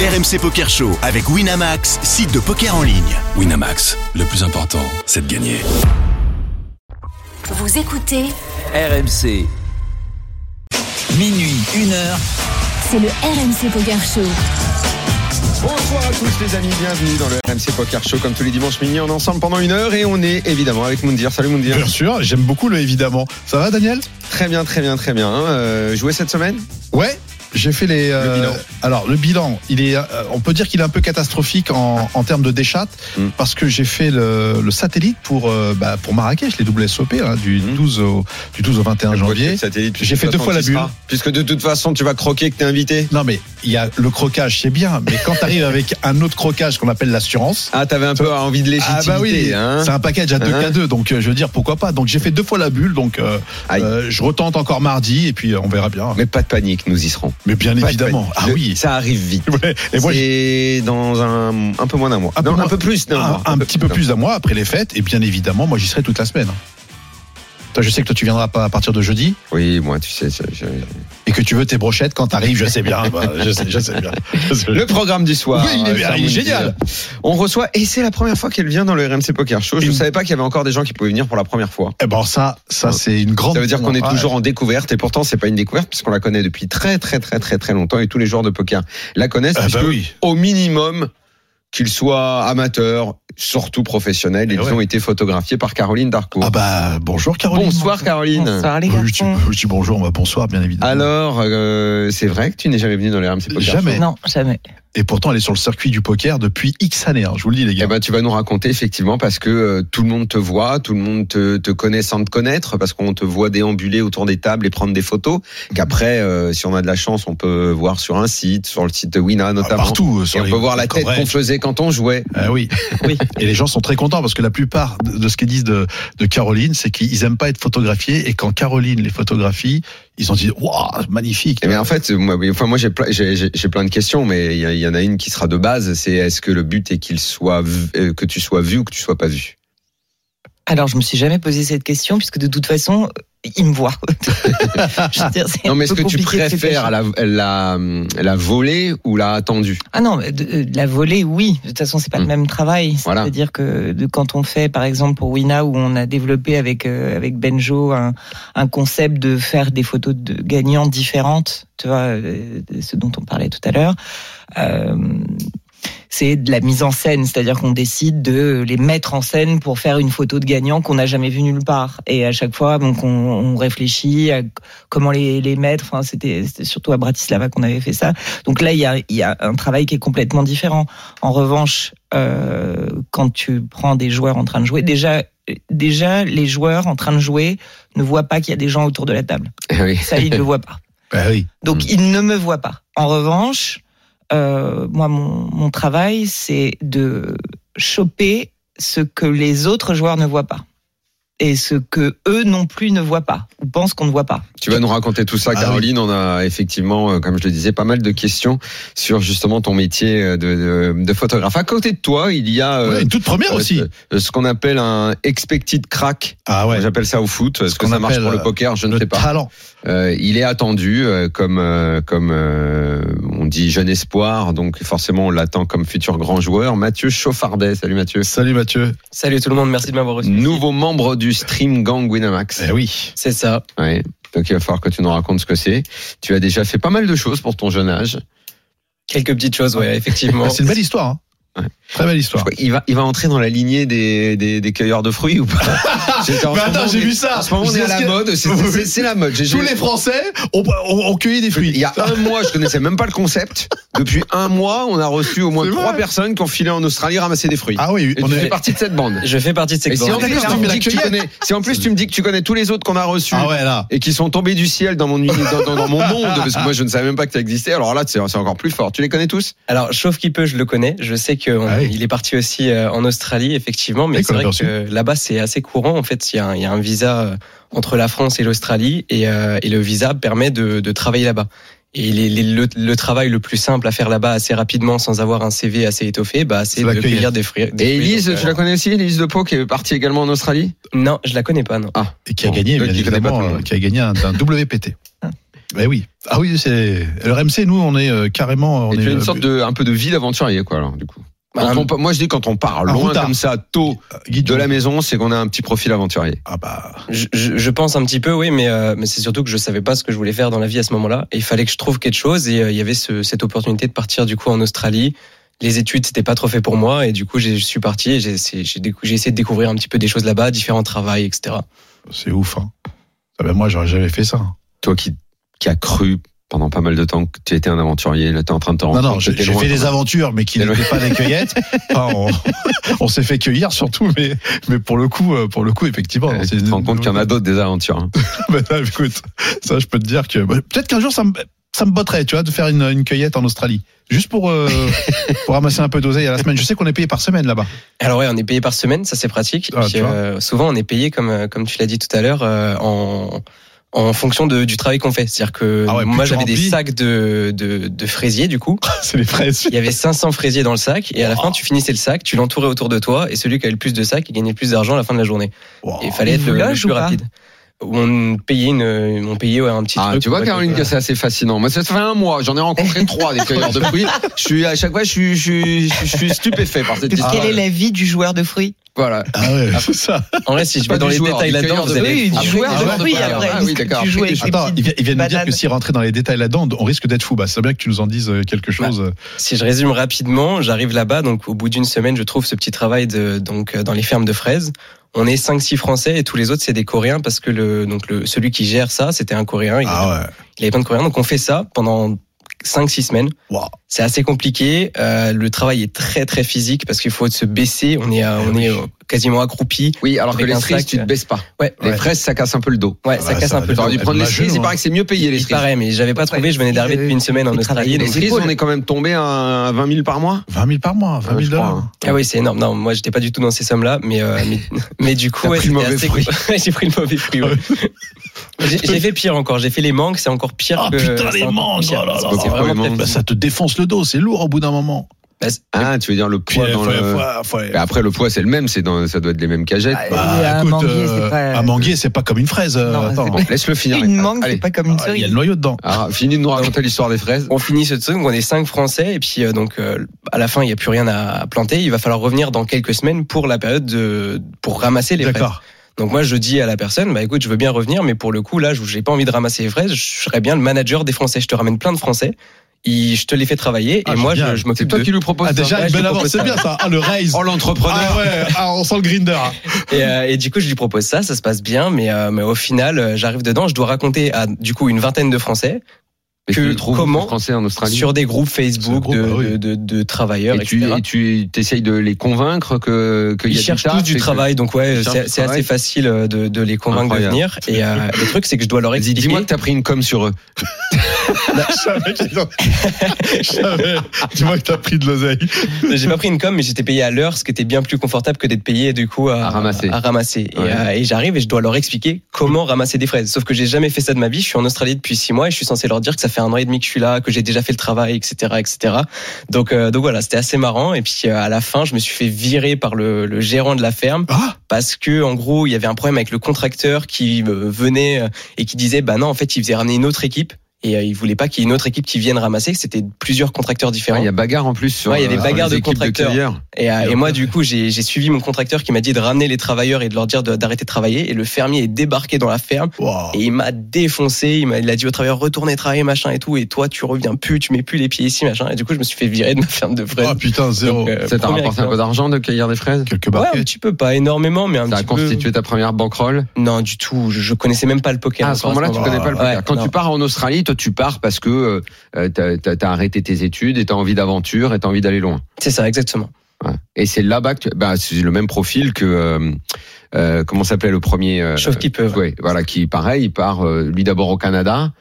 RMC Poker Show avec Winamax, site de poker en ligne. Winamax, le plus important, c'est de gagner. Vous écoutez, RMC. Minuit, 1 heure. c'est le RMC Poker Show. Bonsoir à tous les amis, bienvenue dans le RMC Poker Show comme tous les dimanches minuit on est ensemble pendant une heure et on est évidemment avec Moundir. Salut Moundir. Bien sûr, j'aime beaucoup le évidemment. Ça va Daniel Très bien, très bien, très bien. hein. Euh, jouer cette semaine Ouais. J'ai fait les. euh, bilan. Alors le bilan, il est, euh, on peut dire qu'il est un peu catastrophique en, en termes de déchat Mm. parce que j'ai fait le, le satellite pour euh, bah, pour Marrakech, les WSOP hein, du Mm. 12 au du 12 au 21 janvier. J'ai fait deux fois la bulle. bure Puisque de toute façon tu vas croquer que t'es invité. Non mais il y a le croquage, c'est bien, mais quand t'arrives avec un autre croquage qu'on appelle l'assurance. Ah, t'avais un peu envie de légitimité. Ah bah oui, hein. c'est un package à 2K2, donc euh, je veux dire pourquoi pas. Donc j'ai fait deux fois la bulle, donc euh, Aïe. euh, je retente encore mardi et puis euh, on verra bien. Mais, Mais pas de panique, nous y serons. bien Pas de évidemment, panique. ah Le- oui. Ça arrive vite. Ouais. Et moi, Ah, C'est dans un, un peu moins d'un mois. Un peu Non, moins- un peu plus d'un un, mois. un petit peu plus à moi après les fêtes et bien évidemment moi j'y serai toute la semaine. Toi je sais que toi tu viendras pas à partir de jeudi Oui, moi, tu sais. je- je- et que tu veux tes brochettes quand t'arrives, je sais bien, bah, je sais, je sais bien. Je sais- Le programme du soir. Oui, il est- Charles il est Moundir. génial. On reçoit, et c'est la première fois qu'elle vient dans le RMC Poker Show. Je ne Une- savais pas qu'il y avait encore des gens qui pouvaient venir pour la première fois. Eh ben ça, ça c'est une grande. Ça veut dire qu'on est Ouais. toujours en découverte, et pourtant c'est pas une découverte puisqu'on la connaît depuis très très très très très longtemps, et tous les joueurs de poker la connaissent, Ah bah puisque oui. au minimum, qu'ils soient amateurs, surtout professionnels, Eh ils ouais. ont été photographiés par Caroline Darcourt. Ah bah bonjour Caroline. Bonsoir Caroline. Ah Oui, je, dis- je dis bonjour, bah, bonsoir bien évidemment. Alors, euh, c'est vrai que tu n'es jamais venu dans le RMC Poker Show jamais. Non, jamais. Et pourtant elle est sur le circuit du poker depuis X années, hein, je vous le dis les Eh gars. ben, tu vas nous raconter effectivement parce que euh, tout le monde te voit, tout le monde te, te connaît sans te connaître, parce qu'on te voit déambuler autour des tables et prendre des photos. Qu'après, euh, si on a de la chance, on peut voir sur un site, sur le site de Wina Ah, notamment. Partout. euh, Et sur on les- peut voir la tête Bref. qu'on faisait quand on jouait. Ah oui. Oui. Et les gens sont très contents parce que la plupart de de ce qu'ils disent de, de Caroline, c'est qu'ils aiment pas être photographiés et quand Caroline les photographie, ils ont dit waouh magnifique. Mais Eh en fait, moi, mais enfin, moi j'ai plein, j'ai- j'ai- j'ai plein de questions, mais il y, a- il y en a une qui sera de base, c'est est-ce que le but est qu'il soit vu- euh, que tu sois vu ou que tu sois pas vu Alors, je me suis jamais posé cette question, puisque de toute façon, il me voit. Je veux dire, c'est Non, mais un est-ce peu que tu compliqué de se préfères cacher. la, la, la volée ou la attendue Ah non, mais de, euh, de la volée, oui. De toute façon, c'est pas Mm. le même travail. Voilà. C'est-à-dire que de, quand on fait, par exemple, pour Wina, où on a développé avec, euh, avec Benjo un, un concept de faire des photos de gagnants différentes, tu vois, euh, de ce dont on parlait tout à l'heure. euh, c'est de la mise en scène, c'est-à-dire qu'on décide de les mettre en scène pour faire une photo de gagnant qu'on n'a jamais vue nulle part. Et à chaque fois, donc on, on réfléchit à comment les, les mettre. Enfin, c'était c'était surtout à Bratislava qu'on avait fait ça. Donc là, il y a, il y a un travail qui est complètement différent. En revanche, euh, quand tu prends des joueurs en train de jouer, déjà, déjà les joueurs en train de jouer ne voient pas qu'il y a des gens autour de la table. Oui. Ça, ils ne le voient pas. Bah oui. Donc Mm. il ne me voit pas. En revanche, euh, moi, mon, mon travail, c'est de choper ce que les autres joueurs ne voient pas. Et ce que eux non plus ne voient pas, ou pensent qu'on ne voit pas. Tu vas nous raconter tout ça, Ah Caroline. On a effectivement, euh, comme je le disais, pas mal de questions sur justement ton métier euh, de, de, de photographe. À côté de toi, il y a euh, Ouais, une toute première euh, aussi. ce- ce qu'on appelle un expected crack. Ah Moi, ouais. J'appelle ça au foot. Est-ce que qu'on ça marche appelle, pour le euh, poker Je ne Le sais pas. talent. Euh, il est attendu euh, comme euh, comme euh, on dit jeune espoir, donc forcément on l'attend comme futur grand joueur. Mathieu Chauffardet, salut Mathieu. Salut Mathieu. Salut tout le monde, merci de m'avoir reçu. Nouveau membre du Stream Gang Winamax. Eh oui. C'est ça. Ouais. Donc il va falloir que tu nous racontes ce que c'est. Tu as déjà fait pas mal de choses pour ton jeune âge. Bah. Quelques petites choses, ouais, effectivement. C'est une belle histoire. hein. Ouais. Très belle histoire. Il va, il va entrer dans la lignée des, des, des cueilleurs de fruits ou pas J'étais en Bah ce attends, moment, j'ai on est- vu ça. En ce moment, on est Je sais à ce la que- mode. C'est- Oui. C'est c'est la mode. J'ai- Tous j'ai- les Français ont, ont- ont cueilli des Il fruits. y a un mois, je connaissais même pas le concept. Depuis un mois, on a reçu au moins C'est trois vrai. personnes qui ont filé en Australie ramasser des fruits. Ah oui, Et on tu fais est. partie de cette bande. Je fais partie de ces Et si grands- en, plus, d'accord, tu me mais la dis que tu cueillette. connais, si en plus tu me dis que tu connais tous les autres qu'on a reçus Ah ouais là. et qui sont tombés du ciel dans mon, uni- dans, dans- dans mon monde, parce que moi je ne savais même pas que ça existait, alors là c'est c'est encore plus fort. Tu les connais tous Alors, Chauffe qui peut, je le connais. Je sais qu'il Ah oui. est parti aussi euh, en Australie, effectivement, mais Et c'est qu'on vrai l'a que là-bas, c'est assez courant. En fait, il y, a un- il y a un visa euh, entre la France et l'Australie, et, euh, et le visa permet de, de travailler là-bas. Et les- les- le, le travail le plus simple à faire là-bas assez rapidement, sans avoir un CV assez étoffé, bah, c'est C'est de la cueillir cueillette. des fruits. des Et fruits. Elise, Donc, euh, tu la connais aussi, Elise de Pau qui est partie également en Australie Ah. Non, je la connais pas, non. Et qui a Bon, gagné, donc bien euh, il connaît pas tout le Hein. évidemment, monde. euh, qui a gagné un, un WPT. Ben oui. Ah oui, c'est. Le RMC, nous, on est euh, carrément. On Et est, tu as une euh, sorte de, un peu de ville aventurier, quoi, alors, du coup. Bah, Quand un- on pa- moi, je dis quand on part Un loin routard. comme ça, tôt guide de la maison, c'est qu'on a un petit profil aventurier. Ah bah. Je, je- je pense un petit peu, oui, mais, euh, mais c'est surtout que je savais pas ce que je voulais faire dans la vie à ce moment-là. Et il fallait que je trouve quelque chose. Et euh, il y avait ce- cette opportunité de partir du coup en Australie. Les études, c'était pas trop fait pour moi. Et du coup, j'ai- je suis parti et j'ai c'est- j'ai décou- j'ai essayé de découvrir un petit peu des choses là-bas, différents travails, etc. C'est ouf, hein. Ah ben moi, j'aurais jamais fait ça. Toi qui, qui as cru pendant pas mal de temps que tu étais un aventurier, là, t'es en train de te rendre Non, non, compte que j'ai t'es j'ai loin, fait quand des même. aventures, mais qui T'es loin. n'étaient pas des cueillettes. Enfin, on on s'est fait cueillir surtout, mais, mais pour le coup, euh, pour le coup, effectivement. Ouais, c'est Eh, Tu te rends compte qu'il y en a d'autres des aventures. hein. Ben là, écoute, ça, je peux te dire que bah, peut-être qu'un jour, ça me, ça me botterait, tu vois, de faire une, une cueillette en Australie. Juste pour, euh, pour ramasser un peu d'oseille à la semaine. Je sais qu'on est payé par semaine là-bas. Alors ouais, on est payé par semaine, ça c'est pratique. Ah, Puis, tu vois. euh, souvent, on est payé comme euh, comme tu l'as dit tout à l'heure euh, en en fonction de- du travail qu'on fait. C'est-à-dire que Ah ouais, plus moi, tu j'avais des remplis. sacs de de, de fraisiers du coup. C'est les fraises. Il y avait 500 fraisiers dans le sac et à la fin, tu finissais le sac, tu l'entourais autour de toi et celui qui avait le plus de sacs, il gagnait le plus d'argent à la fin de la journée. Wow. Et il fallait il être vous le, le loge plus ou pas rapide. On payait une, on payait ouais, un petit Ah, truc. tu vois, pour être- Caroline, que c'est assez fascinant. Moi, ça fait un mois, j'en ai rencontré trois des cueilleurs de fruits. Je suis, à chaque fois, je suis, je suis, je suis stupéfait par cette Parce que histoire. Quelle est la vie du joueur de fruits Voilà. Ah ouais, c'est ça. En vrai, si je Pas vais dans du les joueur, détails du là-dedans, cueilleur vous de- allez. Oui, du Ah, joueur de joueur fruits, alors. après, Ah parce oui, que d'accord. tu jouais avec Attends, ils vi- ils viennent nous dire Banane. que s'ils rentraient dans les détails là-dedans, on risque d'être fou. Bah, c'est bien que tu nous en dises euh, quelque chose. Si je résume rapidement, j'arrive là-bas, donc au bout d'une semaine, je trouve ce petit travail de, donc, euh, dans les fermes de fraises. On est 5-6 Français et tous les autres, c'est des Coréens parce que le, donc le, celui qui gère ça, c'était un Coréen. Il, Ah ouais. il avait plein de Coréens. Donc on fait ça pendant 5-6 semaines. Wow. C'est assez compliqué. euh, le travail est très très physique parce qu'il faut se baisser. On est, euh, Ah on est euh, quasiment accroupi. Oui, alors que Avec les un fraises, sac, tu te euh, baisses pas. Ouais. Les Ouais. fraises, ça casse un peu le dos. Ouais, Ah ça bah, casse ça un va peu. T'aurais dû Elle prendre les m'a cerises, genou, il paraît hein. que c'est mieux payé les Il cerises. paraît, mais j'avais pas Ouais, trouvé. Je venais d'arriver il, euh, depuis une semaine en il Australie. Les travaillait donc- dans cerises, épaules. on est quand même tombé à 20 000 par mois. 20 000 par mois, 20 Ouais, 000 je crois, dollars. hein. Ah oui, c'est énorme. Non, moi, j'étais pas du tout dans ces sommes-là, mais, euh, mais, mais du coup, T'as ouais, pris le c'était mauvais assez- fruit. Ouais, j'ai pris le mauvais fruit. ouais. j'ai j'ai fait pire encore. J'ai fait les mangues, c'est encore pire Ah que. putain, c'est les encore mangues, pire. oh là là. C'est C'est pas vraiment les très mangues. Bah, ça te défonce le dos, c'est lourd au bout d'un moment. Bah, c'est- Ah, tu veux dire le Puis, poids euh, dans faut- le... faut- faut- Mais Après, le poids, c'est le même, c'est dans... ça doit être les mêmes cagettes. Ah, Bah, Et un écoute, manguier, euh, c'est pas- un manguier, c'est pas comme une fraise. euh, Non, attends. c'est Bon, Laisse-le finir. Une mangue, Allez. c'est pas comme une Ah, Il y a cerise. le noyau dedans. Ah, finis de nous raconter l'histoire des fraises. On finit ce truc, on est cinq Français, et puis euh, donc euh, à la fin, il n'y a plus rien à planter. Il va falloir revenir dans quelques semaines pour la période de pour ramasser les fraises. D'accord. Donc moi, je dis à la personne, bah écoute, je veux bien revenir, mais pour le coup, là, je j'ai pas envie de ramasser les fraises. Je serais bien le manager des Français. Je te ramène plein de Français. Il- je te les fais travailler, Ah, et moi, je, génial. je C'est m'occupe toi de. qui lui proposes Ah, ça. déjà, ouais, une je belle te avance, propose c'est ça. bien ça. Ah, le raise. Oh, l'entrepreneur. Ah ouais, ah, on sent le grinder. Et, euh, et du coup, je lui propose ça, ça se passe bien, mais, euh, mais au final, euh, j'arrive dedans, je dois raconter à du coup une vingtaine de Français Mais tu que le trouves, comment ce français en Australie sur des groupes Sur un Facebook groupe, de, bah oui. de, de- de travailleurs, et tu, etc. et tu essayes de les convaincre que qu'il Ils y a du cherchent taf tous et du que- travail, donc ouais, Ils cherchent c'est du c'est travail. assez facile euh, de, de les convaincre Incroyable. de venir. Et euh, le truc, c'est que je dois leur Vas-y, expliquer. dis-moi que t'as pris une com sur eux. Je savais qu'il en- Je savais. Dis-moi que t'as pris de l'oseille. J'ai pas pris une com, mais j'étais payé à l'heure, ce qui était bien plus confortable que d'être payé du coup à, À ramasser. à ramasser. Et, Ouais. euh, et j'arrive et je dois leur expliquer comment ramasser des fraises. Sauf que j'ai jamais fait ça de ma vie. Je suis en Australie depuis six mois et je suis censé leur dire que ça fait un an et demi que je suis là, que j'ai déjà fait le travail, etc., etc. Donc, euh, donc voilà, c'était assez marrant. Et puis euh, à la fin, je me suis fait virer par le, le gérant de la ferme Ah, parce que en gros, il y avait un problème avec le contracteur qui euh, venait euh, et qui disait bah non, en fait, il faisait ramener une autre équipe. Et euh, il voulait pas qu'il y ait une autre équipe qui vienne ramasser, que c'était plusieurs contracteurs Ah, Il différents. y a bagarre en plus sur. Ouais, il y a des euh, bagarres les de équipes contracteurs. cueilleurs. Et, euh, et moi, du coup, j'ai j'ai suivi mon contracteur qui m'a dit de ramener les travailleurs et de leur dire de- d'arrêter de travailler. Et le fermier est débarqué dans la ferme wow. et il m'a défoncé. Il m'a il a dit aux travailleurs retournez travailler machin et tout. Et toi, tu reviens plus, tu mets plus les pieds ici machin. Et du coup, je me suis fait virer de ma ferme de fraises. Ah, putain, zéro. Donc, euh, Ça t'a rapporté première un peu expérience. d'argent de cueillir des fraises Quelques Ouais, barquettes. un petit peu, pas énormément, mais un bah, Ça a petit peu. constitué ta première bankroll Non, du tout. Je, je connaissais même pas le poker. Ah, à ce encore moment-là, tu moment-là, connais pas le ouais, poker. Quand non. tu pars en Australie, toi, tu pars parce que euh, t'as- t'as t'as arrêté tes études et t'as envie d'aventure et t'as envie d'aller loin. C'est ça, exactement. Ouais. Et c'est là-bas que tu- bah, c'est le même profil que euh, euh, comment s'appelait le premier euh, Sauf qu'il peut. ouais. ouais, voilà qui pareil, il part euh, lui d'abord au Canada,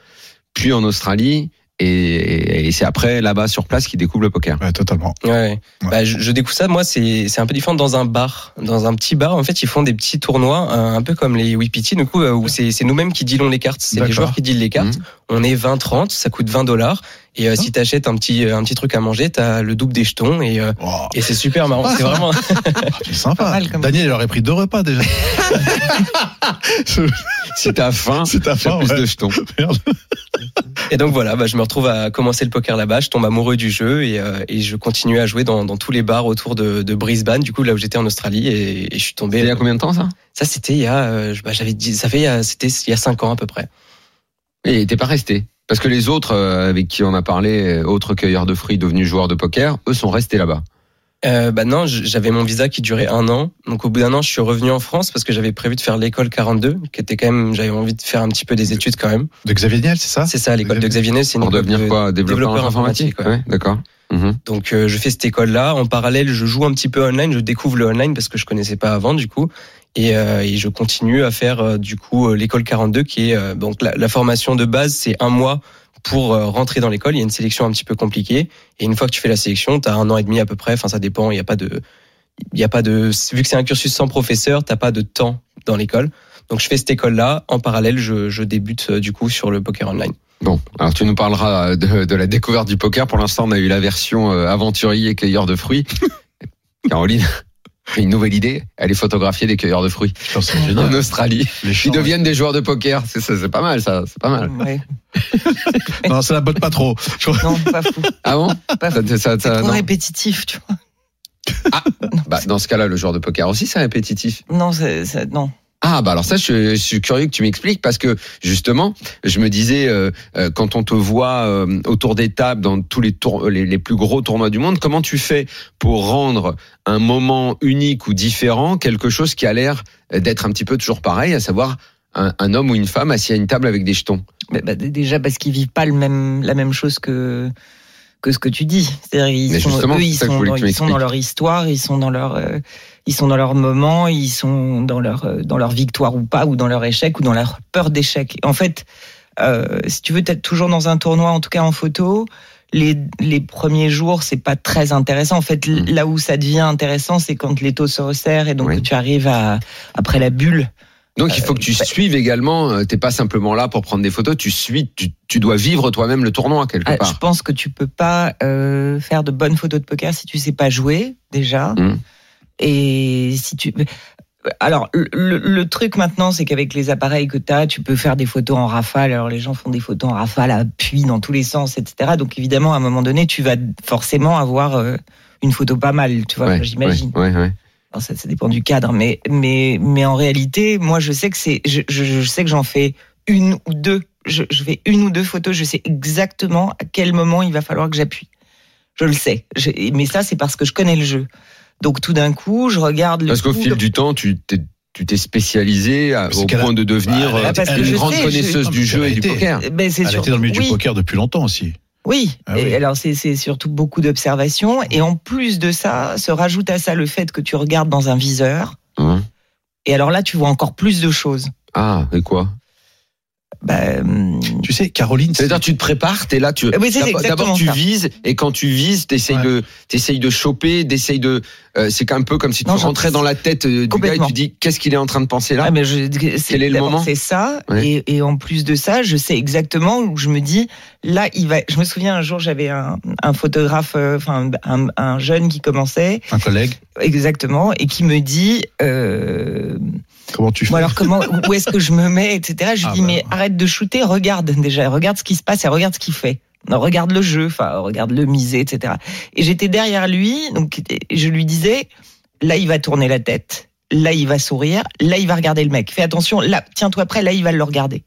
puis en Australie et, et- et c'est après là-bas sur place qu'il découvre le poker. Ouais, totalement. Ouais. Bah, je, je découvre ça, moi, c'est c'est un peu différent dans un bar. Dans un petit bar, en fait, ils font des petits tournois, euh, un peu comme les Wipiti, du coup, euh, où c'est c'est nous-mêmes qui dealons les cartes. C'est les D'accord. joueurs qui dealent les cartes. Mhm. On est 20-30, ça coûte 20 dollars. Et euh, si t'achètes un petit, un petit truc à manger, t'as le double des jetons et, euh, Wow. et c'est super marrant. C'est vraiment. Ah, c'est sympa. Pas mal, comme- Daniel, il aurait pris deux repas déjà. Si t'as faim, C'est ta t'as fin. plus Oh, ouais. de jetons. Merde. Et donc voilà, bah, je me retrouve à commencer le poker là-bas, je tombe amoureux du jeu et, euh, et je continue à jouer dans, dans tous les bars autour de, de Brisbane, du coup là où j'étais en Australie et, et je suis tombé. Il y a combien de temps ça Ça c'était il y a, euh, bah, j'avais dit, ça fait il y a, c'était il y a cinq ans à peu près. Et t'es pas resté. Parce que les autres euh, avec qui on a parlé, euh, autres cueilleurs de fruits devenus joueurs de poker, eux sont restés là-bas. Euh, bah non, j- j'avais mon visa qui durait un an. Donc au bout d'un an, je suis revenu en France parce que j'avais prévu de faire l'école 42, qui était quand même, j'avais envie de faire un petit peu des études quand même. De Xavier Niel, c'est ça C'est ça, l'école de Xavier Nel, c'est une Pour école devenir de- quoi Développeur, euh, développeur informatique. informatique, ouais. Ouais, d'accord. Mhm. Donc euh, je fais cette école-là. En parallèle, je joue un petit peu online. Je découvre le online parce que je connaissais pas avant du coup. Et, euh, et je continue à faire euh, du coup euh, l'école 42 qui est euh, donc la, la formation de base c'est un mois pour euh, rentrer dans l'école. Il y a une sélection un petit peu compliquée et une fois que tu fais la sélection, t'as un an et demi à peu près. Enfin ça dépend. Il y a pas de il y a pas de vu que c'est un cursus sans professeur, t'as pas de temps dans l'école. Donc je fais cette école-là. En parallèle, je, je débute euh, du coup sur le poker online. Bon, alors tu nous parleras euh, de, de la découverte du poker. Pour l'instant, on a eu la version euh, aventurier et cueilleur de fruits. Caroline a une nouvelle idée, aller photographier des cueilleurs de fruits Je pense que c'est en génial. Australie. Les Ils champs, deviennent des joueurs de poker, c'est ça, c'est pas mal ça, c'est pas mal. Ouais. ouais. Non, ça la botte pas trop. Je crois- Non, pas fou. Ah bon Pas fou. Ça- ça- ça- C'est trop non. répétitif, tu vois. Bah, Dans ce cas-là, le joueur de poker aussi, c'est répétitif. Non, c'est- c'est- non. Ah bah alors ça je, je suis curieux que tu m'expliques parce que justement je me disais euh, euh, quand on te voit euh, autour des tables dans tous les, tour- les les plus gros tournois du monde comment tu fais pour rendre un moment unique ou différent quelque chose qui a l'air d'être un petit peu toujours pareil à savoir un, un homme ou une femme assis à une table avec des jetons Mais bah, d- déjà parce qu'ils vivent pas le même, la même chose que que ce que tu dis. C'est-à-dire ils Mais sont, justement, eux, c'est ils ça que je sont, voulais dans, que tu ils sont m'expliques. dans leur histoire, ils sont dans leur, euh, ils sont dans leur moment, ils sont dans leur, euh, dans leur victoire ou pas, ou dans leur échec, ou dans leur peur d'échec. En fait, euh, si tu veux, être toujours dans un tournoi, en tout cas en photo. Les, les premiers jours, c'est pas très intéressant. En fait, l- Mm. là où ça devient intéressant, c'est quand l'étau se resserre et donc Oui. que tu arrives à, après la bulle. donc il faut que tu bah- suives également euh, t'es pas simplement là pour prendre des photos tu suis tu, tu dois vivre toi-même le tournoi quelque Ah, je part pense que tu peux pas euh, faire de bonnes photos de poker si tu sais pas jouer déjà. Mm. Et si tu alors le, le- le truc maintenant, c'est qu'avec les appareils que tu as, tu peux faire des photos en rafale. Alors les gens font des photos en rafale, à appui dans tous les sens, etc. Donc évidemment, à un moment donné, tu vas forcément avoir euh, une photo pas mal, tu vois, Ouais, j'imagine. ouais, ouais, ouais. Alors, ça, ça dépend du cadre, mais, mais, mais en réalité, moi, je sais que c'est, je, je, je sais que j'en fais une ou deux. Je, je fais une ou deux photos, je sais exactement à quel moment il va falloir que j'appuie. Je le sais. Je- mais ça, c'est parce que je connais le jeu. Donc, tout d'un coup, je regarde le. Parce qu'au coup fil de- du temps, tu t'es tu t'es spécialisé à- Parce au qu'elle a- point de devenir Bah, elle a- euh, parce que une je grande sais, je- connaisseuse du Elle jeu a et du été- poker. Ben, c'est Elle surtout- était dans le milieu oui. du poker depuis longtemps aussi. Oui, Ah et oui. alors c'est- c'est surtout beaucoup d'observations. Et en plus de ça, se rajoute à ça le fait que tu regardes dans un viseur. Hein Et alors là, tu vois encore plus de choses. Ah, et quoi Bah, hum, Tu sais, Caroline, c'est- C'est-à-dire, tu te prépares, t'es là, tu Eh oui, c'est d'abord- exactement d'abord tu ça. vises, et quand tu vises, t'essayes Ouais. de t'essayes de choper, d'essayer de. euh, c'est un peu comme si tu Non, j'en- rentrais dans la tête euh, du gars et Complètement. tu dis qu'est-ce qu'il est en train de penser Ah, là. mais je- c'est, Quel est le d'abord, moment C'est ça. Ouais. Et, et en plus de ça, je sais exactement où je me dis, là, il va. Je me souviens un jour, j'avais un, un photographe, euh, enfin, un, un jeune qui commençait, un collègue, exactement, et qui me dit, euh, comment tu fais bon, alors comment, où est-ce que je me mets, etc. Je lui Ah, dis, bah. mais arrête de shooter, regarde déjà, regarde ce qui se passe et regarde ce qu'il fait. Non, Regarde le jeu, enfin, regarde le misé, etc. Et j'étais derrière lui, donc et je lui disais, là il va tourner la tête, là il va sourire, là il va regarder le mec. Fais attention, là, tiens-toi près, là il va le regarder.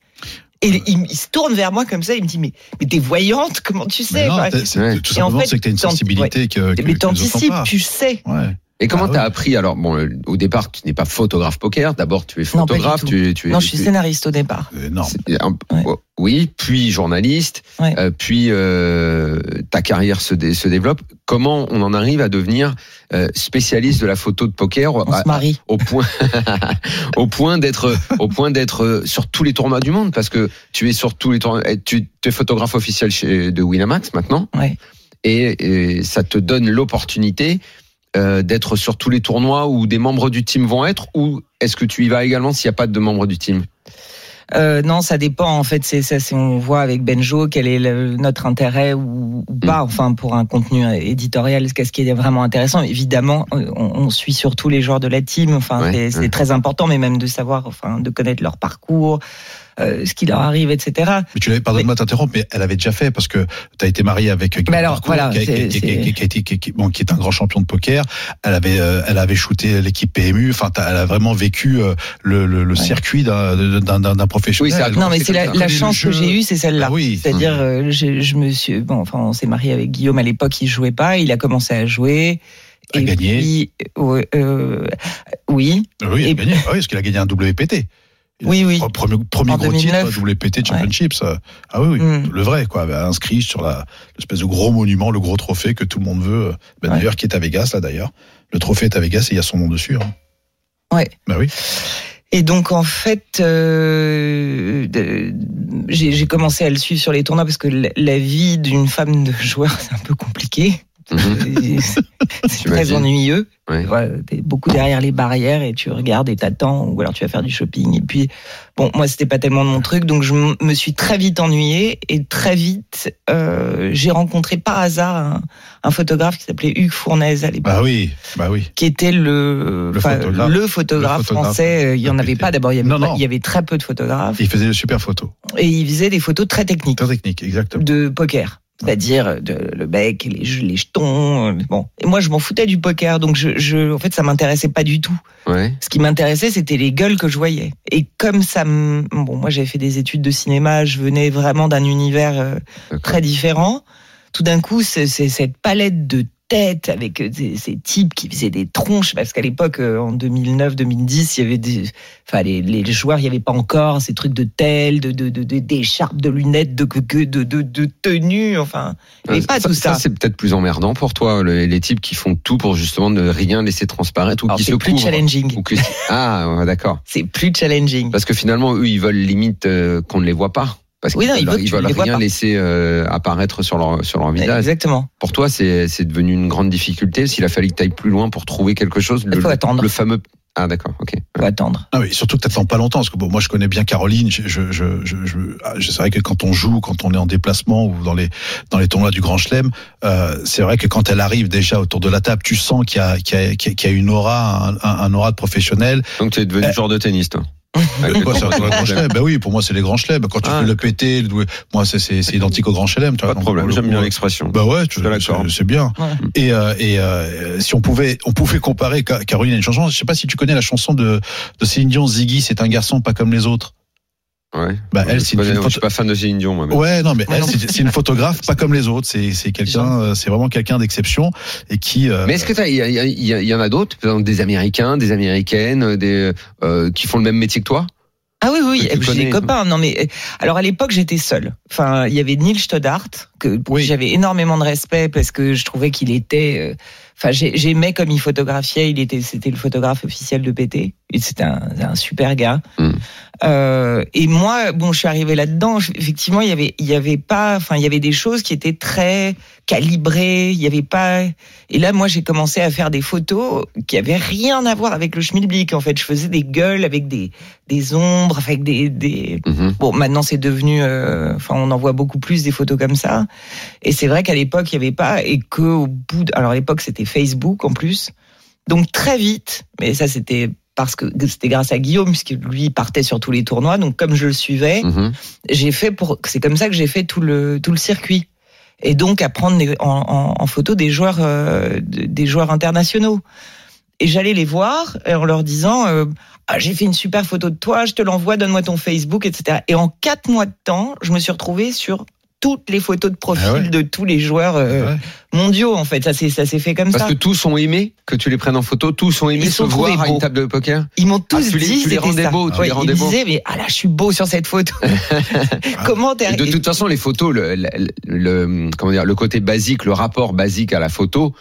Et il, il se tourne vers moi comme ça, il me dit, mais, mais t'es voyante, comment tu Mais sais non, Enfin, t'es- c'est- Ouais. Tout Et en simplement, fait, c'est que tu as une t'en- sensibilité que, que, Mais que nous autres t'anticipes, pas. tu sais. Ouais. bah Et comment Ah t'as ouais. appris Alors bon, euh, au départ, tu n'es pas photographe poker. D'abord, tu es Non, pas du photographe. tout. tu, es- tu es- Non, je suis tu es- scénariste au départ. C'est énorme. C'est un- oh, Ouais. Oui, puis journaliste, Ouais. euh, puis euh, ta carrière se, dé- se développe. Comment on en arrive à devenir euh, spécialiste de la photo de poker On à- se marie. au point au point d'être au point d'être euh, sur tous les tournois du monde parce que tu es sur tous les tournois. et Tu tu es photographe officiel chez, de Winamax maintenant. Ouais. Et, et ça te donne l'opportunité euh, d'être sur tous les tournois où des membres du team vont être ou est-ce que tu y vas également s'il n'y a pas de membres du team Euh, non, ça dépend. En fait, c'est ça, c'est on voit avec Benjo quel est le- notre intérêt ou, ou pas. Enfin, pour un contenu euh, éditorial, qu'est-ce qui est vraiment intéressant Évidemment, euh, on, on suit surtout les joueurs de la team. Enfin, Ouais, c'est c'est ouais. très important, mais même de savoir, enfin, de connaître leur parcours, euh, ce qui leur arrive, etc. Mais tu l'avais, pardonne-moi de t'interrompre, mais elle avait déjà fait parce que tu as été mariée avec Guy Mais alors, Barcourt, voilà, qui, c'est- qui- qui- qui- qui- qui- qui- bon, qui est un grand champion de poker. Elle avait, euh, elle avait shooté l'équipe PMU. Enfin, t'as- elle a vraiment vécu euh, le, le- le circuit d'un, d'un, d'un- d'un professionnel. Oui, ça a Non, mais c'est la, comme la le chance jeu. que j'ai eue, c'est celle-là. Ah oui. C'est-à-dire, euh, je, je me suis, bon, enfin, on s'est marié avec Guillaume à l'époque, il jouait pas, il a commencé à jouer. À et gagner. puis, euh, euh, oui, Oui, il a Et- gagné. Ah oui, parce qu'il a gagné un WPT. Oui, oui. Pre- Oh, Premier, premier En gros 2009. titre, WPT Championships. Ah oui, oui, Mm. le vrai, quoi. Bah, Inscrit sur la- l'espèce de gros monument, le gros trophée que tout le monde veut. Bah, Ouais. D'ailleurs, qui est à Vegas, là, d'ailleurs. Le trophée est à Vegas et il y a son nom dessus. hein. Ouais. Bah oui. Et donc en fait, euh, de- j'ai j'ai commencé à le suivre sur les tournois parce que la, la vie d'une femme de joueur c'est un peu compliqué. C'est c'est très Mm. J'imagine. ennuyeux. Ouais. Voilà, t'es beaucoup derrière les barrières et tu regardes et t'attends ou alors tu vas faire du shopping. Et puis bon, moi c'était pas tellement mon truc, donc je m- me suis très vite ennuyée et très vite euh, j'ai rencontré par hasard un, un photographe qui s'appelait Hugues Fournaise à l'époque Bah oui. Bah oui. qui était le, Le enfin, photographe. le photographe Le photographe. français. euh, Il y en avait pas d'abord. Il, y avait Non, pas- non. il y avait très peu de photographes Il faisait de super photos. et il faisait des photos très techniques Très technique, exactement. de poker. C'est-à-dire de- le bec, les, je- les jetons. euh, Bon. Et moi, je m'en foutais du poker, donc je, je, en fait, ça m'intéressait pas du tout. Ouais. Ce qui m'intéressait, c'était les gueules que je voyais. Et comme ça, me- bon, moi, j'avais fait des études de cinéma, je venais vraiment d'un univers euh, d'accord. très différent. Tout d'un coup, c'est c'est cette palette de têtes avec euh, ces, ces types qui faisaient des tronches, parce qu'à l'époque, euh, en 2009-2010, il y avait des, enfin, les, les joueurs, il n'y avait pas encore ces trucs de tels, de, de, de, de- d'écharpes, de lunettes, de, de, de, de, de tenues, enfin, il n'y avait pas tout ça. Euh, c'est peut-être plus emmerdant pour toi, le- les types qui font tout pour justement ne rien laisser transparaître ou Alors, qui hein. se c'est plus couvrent. challenging. Ou que- Ah, ouais, d'accord. C'est plus challenging. Parce que finalement, eux, ils veulent limite euh, qu'on ne les voit pas. Parce Oui, non, qu'ils ils veulent veulent, que ils tu veulent les vois rien pas. laisser euh, apparaître sur leur, sur leur visage. Exactement. Pour toi, c'est c'est devenu une grande difficulté. S'il a fallu que tu ailles plus loin pour trouver quelque chose, Il faut attendre. le fameux. Ah, d'accord, ok. Faut attendre. Ah oui, surtout que t'attends pas longtemps, parce que bon, moi je connais bien Caroline. Je, je, je, je, je- ah, je- c'est vrai que quand on joue, quand on est en déplacement ou dans les dans les tournois du Grand Chelem, euh, c'est vrai que quand elle arrive déjà autour de la table, tu sens qu'il y a qu'il y a, qu'il y a- qu'il y a une aura, un, un- un aura de professionnel. Donc, tu es Euh. devenu genre de tennis, toi. Avec le Quoi, c'est temps. un tournoi de Grand Chelem Ben oui, pour moi c'est les Grands Chelem. Quand tu Ah. fais le péter, le doué- moi c'est c'est c'est identique au Grand Chelem. tu Pas de vois. Donc, pour problème, le j'aime coup, bien euh, l'expression. Bah ouais, tu- Je te l'accorde. c'est c'est bien. Ouais. Et, euh, et euh, si on pouvait, on pouvait comparer Ca- Caroline à une chanson. Je sais pas si tu connais la chanson de, de Céline Dion, Ziggy, c'est un garçon pas comme les autres. Ouais. Bah elle, c'est je, une, connais- je suis photo- pas fan de Céline Dion, moi. mais- Ouais, non, mais Ouais, elle, non. c'est c'est une photographe pas comme les autres. C'est c'est quelqu'un, euh, c'est vraiment quelqu'un d'exception et qui. euh, Mais est-ce que t'as- il y, a- il y a- il y a- il y en a d'autres, par exemple, des Américains, des Américaines, des euh, qui font le même métier que toi Ah oui, oui, Que tu j'ai connais, hein. des copains. Non, mais euh, alors à l'époque, j'étais seule. Enfin, il y avait Neil Stoddart que pour Oui. qui j'avais énormément de respect parce que je trouvais qu'il était. euh, Enfin, j'ai- j'aimais comme il photographiait. Il était, c'était le photographe officiel de PT. Et C'était un, un super gars. Mm. Euh, et moi, bon, je suis arrivée là-dedans. Je- Effectivement, il y avait, il y avait pas. Enfin, il y avait des choses qui étaient très calibrées. Il y avait pas. Et là, moi, j'ai commencé à faire des photos qui avaient rien à voir avec le schmilblick. En fait, je faisais des gueules avec des des ombres, avec des, des... Mhm. Bon, maintenant c'est devenu, euh, enfin, on en voit beaucoup plus des photos comme ça. Et c'est vrai qu'à l'époque il n'y avait pas, et que au bout, de... alors à l'époque c'était Facebook en plus, donc très vite. Mais ça c'était parce que c'était grâce à Guillaume, puisque lui partait sur tous les tournois. Donc comme je le suivais, Mhm. j'ai fait pour, c'est comme ça que j'ai fait tout le tout le circuit. Et donc à prendre des- en, en- en photo des joueurs euh, de- des joueurs internationaux. Et j'allais les voir et en leur disant euh, Ah, j'ai fait une super photo de toi, je te l'envoie, donne-moi ton Facebook, etc. Et en quatre mois de temps, je me suis retrouvée sur toutes les photos de profil Ah ouais. de tous les joueurs euh, ouais. mondiaux. En fait, ça s'est ça s'est fait comme Ah Parce ça. que tous ont aimé que tu les prennes en photo, tous ont aimé Ils se sont trouvés voir à beaux. une table de poker. Ils m'ont tous Ah, tu les- dit tu les c'était rendais ça. beaux, tu les ils rendais me beaux. disaient mais ah là je suis beau sur cette photo. Comment t'es Et de arrivé toute façon, les photos, le, le- le- comment dire, le côté basique, le rapport basique à la photo.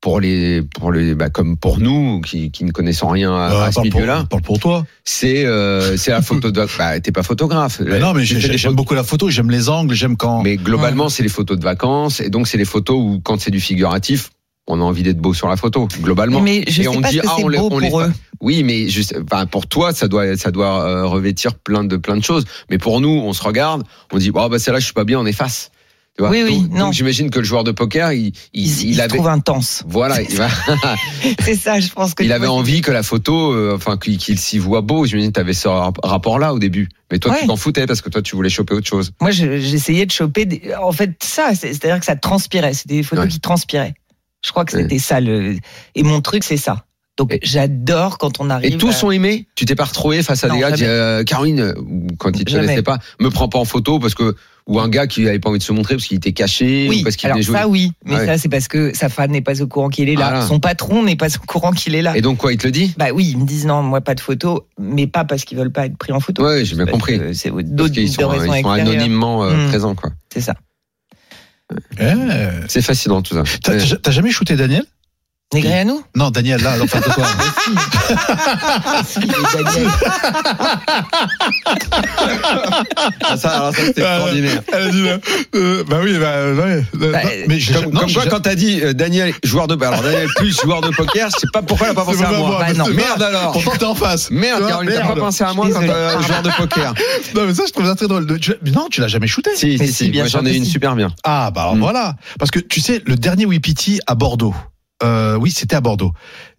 Pour les, pour les, bah, comme pour nous qui, qui ne connaissons rien à, Euh, à ce parle, pour, milieu-là, parle pour toi. c'est euh, c'est la photo. De, bah, t'es pas photographe. Mais non, mais Tu j'ai- fais des j'ai- j'aime photos- beaucoup la photo. J'aime les angles. J'aime quand. Mais globalement, c'est les photos de vacances et donc c'est les photos où quand c'est du figuratif, on a envie d'être beau sur la photo. Globalement. Mais je Et sais on pas dit, ce que ah, c'est on les- beau on les pour eux. Oui, mais je sais- enfin, pour toi, ça doit, ça doit euh, revêtir plein de, plein de choses. Mais pour nous, on se regarde, on dit, oh, bah, celle-là, je suis pas bien, on efface. Tu vois Oui, oui, donc, non. donc j'imagine que le joueur de poker, il, il, Ils, il ils se avait. trouvent intenses. Voilà, il, va- C'est ça, je pense que il tu avait vois, envie que la photo, euh, enfin qu'il qu'il s'y voit beau. J'imagine que tu avais ce rap- rapport-là au début. Mais toi, Ouais. tu t'en foutais parce que toi, tu voulais choper autre chose. Moi, je- j'essayais de choper. Des... En fait, ça, c'est- c'est-à-dire que ça transpirait. C'était des photos Ouais. qui transpiraient. Je crois que Ouais. c'était ça. Le... Et mon truc, c'est ça. Donc, Et- j'adore quand on Et arrive. tous à- sont aimés. Tu t'es pas retrouvé face à bah. Non, des gars qui, jamais. euh, Caroline, ou quand ils te Jamais. connaissaient pas, me prends pas en photo parce que, ou un gars qui avait pas envie de se montrer parce qu'il était caché, Oui, ou parce qu'il alors venait jouer. ça oui, mais Ah ouais. ça c'est parce que sa femme n'est pas au courant qu'il est là, Ah là. son patron n'est pas au courant qu'il est là. Et donc, quoi, il te le dit? Bah oui, ils me disent non, moi pas de photo, mais pas parce qu'ils veulent pas être pris en photo. Ouais, j'ai bien Parce compris. que C'est Parce d'autres qu'ils de sont, raisons ils sont extérieures. anonymement euh, Hmm. présents, quoi. C'est ça. Eh, C'est fascinant, tout ça. T'as Ouais. t'as- t'as jamais shooté Daniel Négré à nous Non, Daniel, là, alors face à toi. Ah, ça, alors ça, c'était extraordinaire. Elle a dit, là, euh, bah oui, bah, ouais. Bah, Non, mais j'ai- Comme, non, comme j'ai- quoi, quand t'as dit euh, Daniel, joueur de alors Daniel plus joueur de poker, je sais pas pourquoi elle a pas c'est pensé à pas moi. Bah, parce non. que- Merde alors Pourtant, t'es en face. Tu Merde, Ah, vois, Caroline, t'as merde. pas pensé à moi quand Désolée. euh, joueur de poker. Non, mais ça, je trouve ça très drôle. De- tu- Mais non, tu l'as jamais shooté. Si, Mais si, si, si, bien moi sûr j'en ai que une si. super bien. Ah, bah alors Hmm. Mm. voilà. Parce que tu sais, le dernier Wipiti à Bordeaux. Euh, oui, c'était à Bordeaux.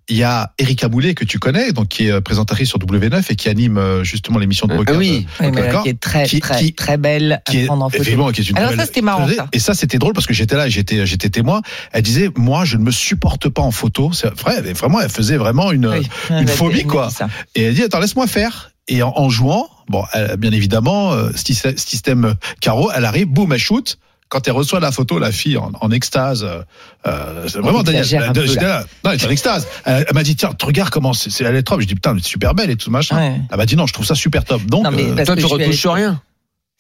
Il y a Erika Boulet que tu connais, donc qui est euh, présentatrice sur W9 et qui anime euh, justement l'émission de Ah poker. oui. de- Oui, mais D'accord. qui est très Qui- très qui- très belle à qui est, prendre en photo. effectivement, qui est une Alors très ça, belle- c'était marrant, ça. Et ça c'était drôle parce que j'étais là, et j'étais j'étais témoin. Elle disait moi je ne me supporte pas en photo. C'est vrai, elle est vraiment elle faisait vraiment une Oui. Euh, Ah, une Ouais, phobie, elle me quoi. dit ça. et elle dit attends laisse-moi faire. Et en, en jouant, bon elle- bien évidemment euh, syst- système carreau, elle arrive, boum, elle shoot. Quand elle reçoit la photo, la fille en, en extase, euh, euh, c'est vraiment Daniel. exagère Oh, un elle- peu, j'étais là. non, elle était en extase. Elle, elle m'a dit tiens, regarde comment c'est, c'est- elle est top. Je dis putain, mais c'est super belle et tout machin. Ouais. Elle m'a dit non, je trouve ça super top. Donc Non, mais euh, Parce Toi, que tu je suis retouches allée- rien.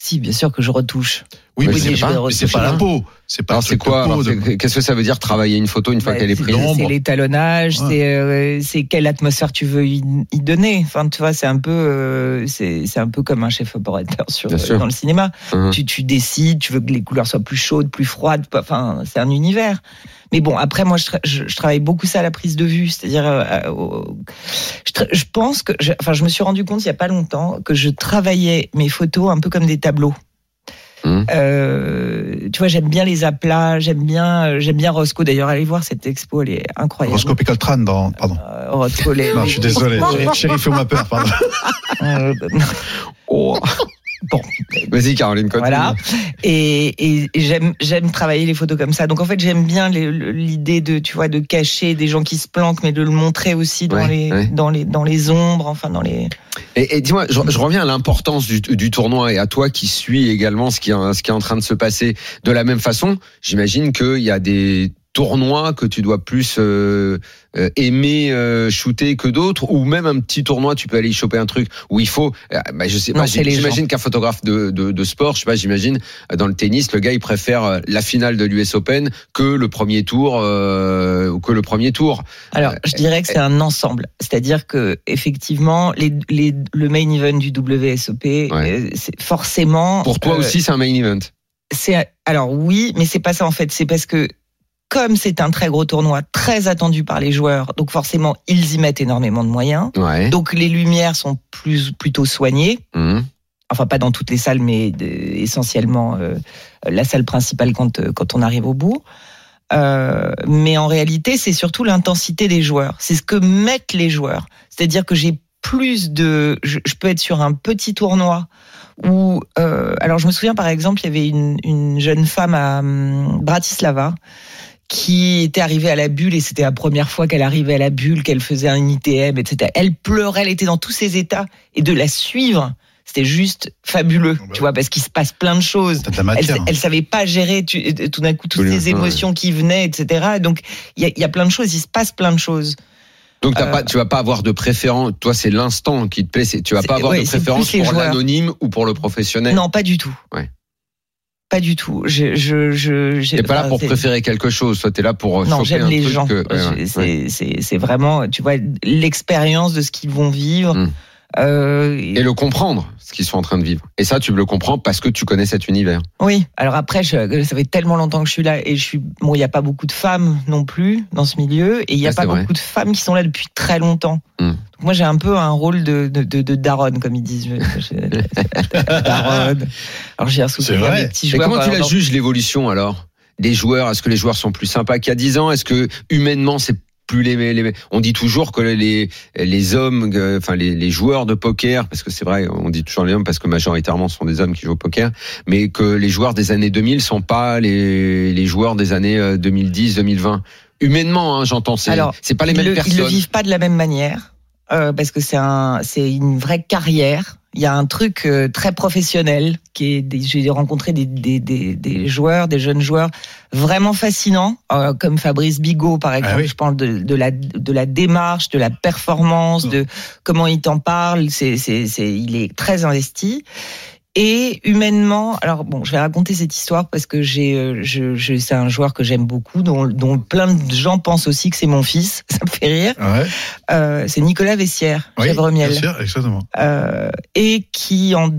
Si, bien sûr que je retouche. oui, mais mais je c'est sais pas, pas, mais c'est je pas la sais peau. C'est pas Alors le c'est truc de quoi peau alors, de- c'est- Qu'est-ce que ça veut dire travailler une photo une fois Bah, qu'elle est c'est- prise Non. C'est l'étalonnage, Ouais. c'est euh, c'est quelle atmosphère tu veux y, y donner. Enfin, tu vois, c'est un peu euh, c'est c'est un peu comme un chef opérateur sur Bien sûr. dans le cinéma. Mmh. Hein. Tu, tu décides, tu veux que les couleurs soient plus chaudes, plus froides. pas- Enfin, c'est un univers. Mais bon, après, moi, je, tra- je- je travaille beaucoup ça à la prise de vue. C'est-à-dire, euh, euh, au- je, tra- je pense que, je- enfin, je me suis rendu compte il y a pas longtemps que je travaillais mes photos un peu comme des tableaux. Mmh. Euh, tu vois, j'aime bien les aplats, j'aime bien, euh, j'aime bien Roscoe. D'ailleurs, allez voir cette expo, elle est incroyable. Roscoe Coltrane dans. Pardon. Euh, Roscoe, les- Non, je suis désolé. Chérie- Chérie, fais-moi peur, pardon. Euh, Oh. Bon. Vas-y Caroline, continue. Voilà. Et, et j'aime j'aime travailler les photos comme ça. Donc en fait j'aime bien les- le- l'idée de tu vois de cacher des gens qui se planquent, mais de le montrer aussi dans Ouais, les ouais. dans les dans les ombres, enfin dans les. Et, et dis-moi, je, je reviens à l'importance du, du tournoi et à toi qui suis également ce qui, est- ce qui est en train de se passer. De la même façon, j'imagine qu'il y a des tournois que tu dois plus euh, euh, aimer euh, shooter que d'autres, ou même un petit tournoi, tu peux aller y choper un truc où il faut. euh, bah, je sais Non, pas. c'est les J'imagine qu'un photographe de, de, de sport, je sais pas, j'imagine euh, dans le tennis, le gars il préfère euh, la finale de l'US Open que le premier tour euh, ou que le premier tour. Alors Euh, je dirais que c'est un ensemble, c'est-à-dire que effectivement les, les- le main event du WSOP, euh, c'est forcément Pour toi euh, aussi, c'est un main event. c'est alors oui, mais c'est pas ça en fait. C'est parce que comme c'est un très gros tournoi, très attendu par les joueurs, donc forcément ils y mettent énormément de moyens. Ouais. Donc les lumières sont plus plutôt soignées. Mhm. Enfin, pas dans toutes les salles, mais de- essentiellement euh, la salle principale quand, euh, quand on arrive au bout. Euh, mais en réalité, c'est surtout l'intensité des joueurs. C'est ce que mettent les joueurs. C'est-à-dire que j'ai plus de. Je, je peux être sur un petit tournoi où. euh, alors, je me souviens par exemple, il y avait une, une jeune femme à hum, Bratislava qui était arrivée à la bulle et c'était la première fois qu'elle arrivait à la bulle, qu'elle faisait un ITM, etc. Elle pleurait, elle était dans tous ses états et de la suivre, c'était juste fabuleux, bah tu vois, parce qu'il se passe plein de choses. T'as de la Elle, matière. elle savait pas gérer tu- tout d'un coup toutes Absolument, ces ouais. émotions qui venaient, etc. Donc il y a, il y a plein de choses, il se passe plein de choses. Donc t'as Euh, pas, tu vas pas avoir de préférence. Toi, c'est l'instant qui te plaît. c'est- Tu vas C'est- pas avoir ouais, de c'est plus préférence les pour joueurs. l'anonyme ou pour le professionnel. Non, pas du tout. Ouais. Pas du tout. Je, je, je, j'ai- T'es pas là enfin, pour c'est- préférer quelque chose. Toi, t'es là pour euh, Non, choper j'aime un les truc gens. que- ouais, C'est- ouais, c'est, ouais. c'est- c'est vraiment, tu vois, l'expérience de ce qu'ils vont vivre. Hum. Euh, Et le comprendre, ce qu'ils sont en train de vivre. Et ça, tu le comprends parce que tu connais cet univers. Oui, alors après, je, ça fait tellement longtemps que je suis là et je suis. Bon, il n'y a pas beaucoup de femmes non plus dans ce milieu et il n'y a Ah, c'est pas vrai. beaucoup de femmes qui sont là depuis très longtemps. Hmm. Donc moi, j'ai un peu un rôle de, de, de, de daronne, comme ils disent. Je- je- daronne. Alors j'ai un C'est souvenir vrai. des petits Et joueurs. comment tu par la exemple. juges l'évolution alors des joueurs Est-ce que les joueurs sont plus sympas qu'il y a 10 ans Est-ce que humainement, c'est plus les, les on dit toujours que les les hommes euh, enfin les, les joueurs de poker parce que c'est vrai on dit toujours les hommes parce que majoritairement ce sont des hommes qui jouent au poker mais que les joueurs des années 2000 sont pas les les joueurs des années euh, 2010 2020 humainement hein, j'entends c'est Alors, c'est pas les mêmes ils le, personnes Ils le vivent pas de la même manière euh, parce que c'est un, c'est une vraie carrière. Il y a un truc euh, très professionnel qui est. des- J'ai rencontré des, des, des, des joueurs, des jeunes joueurs vraiment fascinants, euh, comme Fabrice Bigot par exemple. Ah oui. Je parle de, de la de la démarche, de la performance, Mm. de comment il t'en parle. C'est c'est c'est. Il est très investi. Et humainement, alors bon, je vais raconter cette histoire parce que j'ai, euh, je, je, c'est un joueur que j'aime beaucoup, dont, dont plein de gens pensent aussi que c'est mon fils. Ça me fait rire. Ouais. Euh, c'est Nicolas Vessière, Oui, Chèvremiel, Bien sûr, exactement. euh, et qui en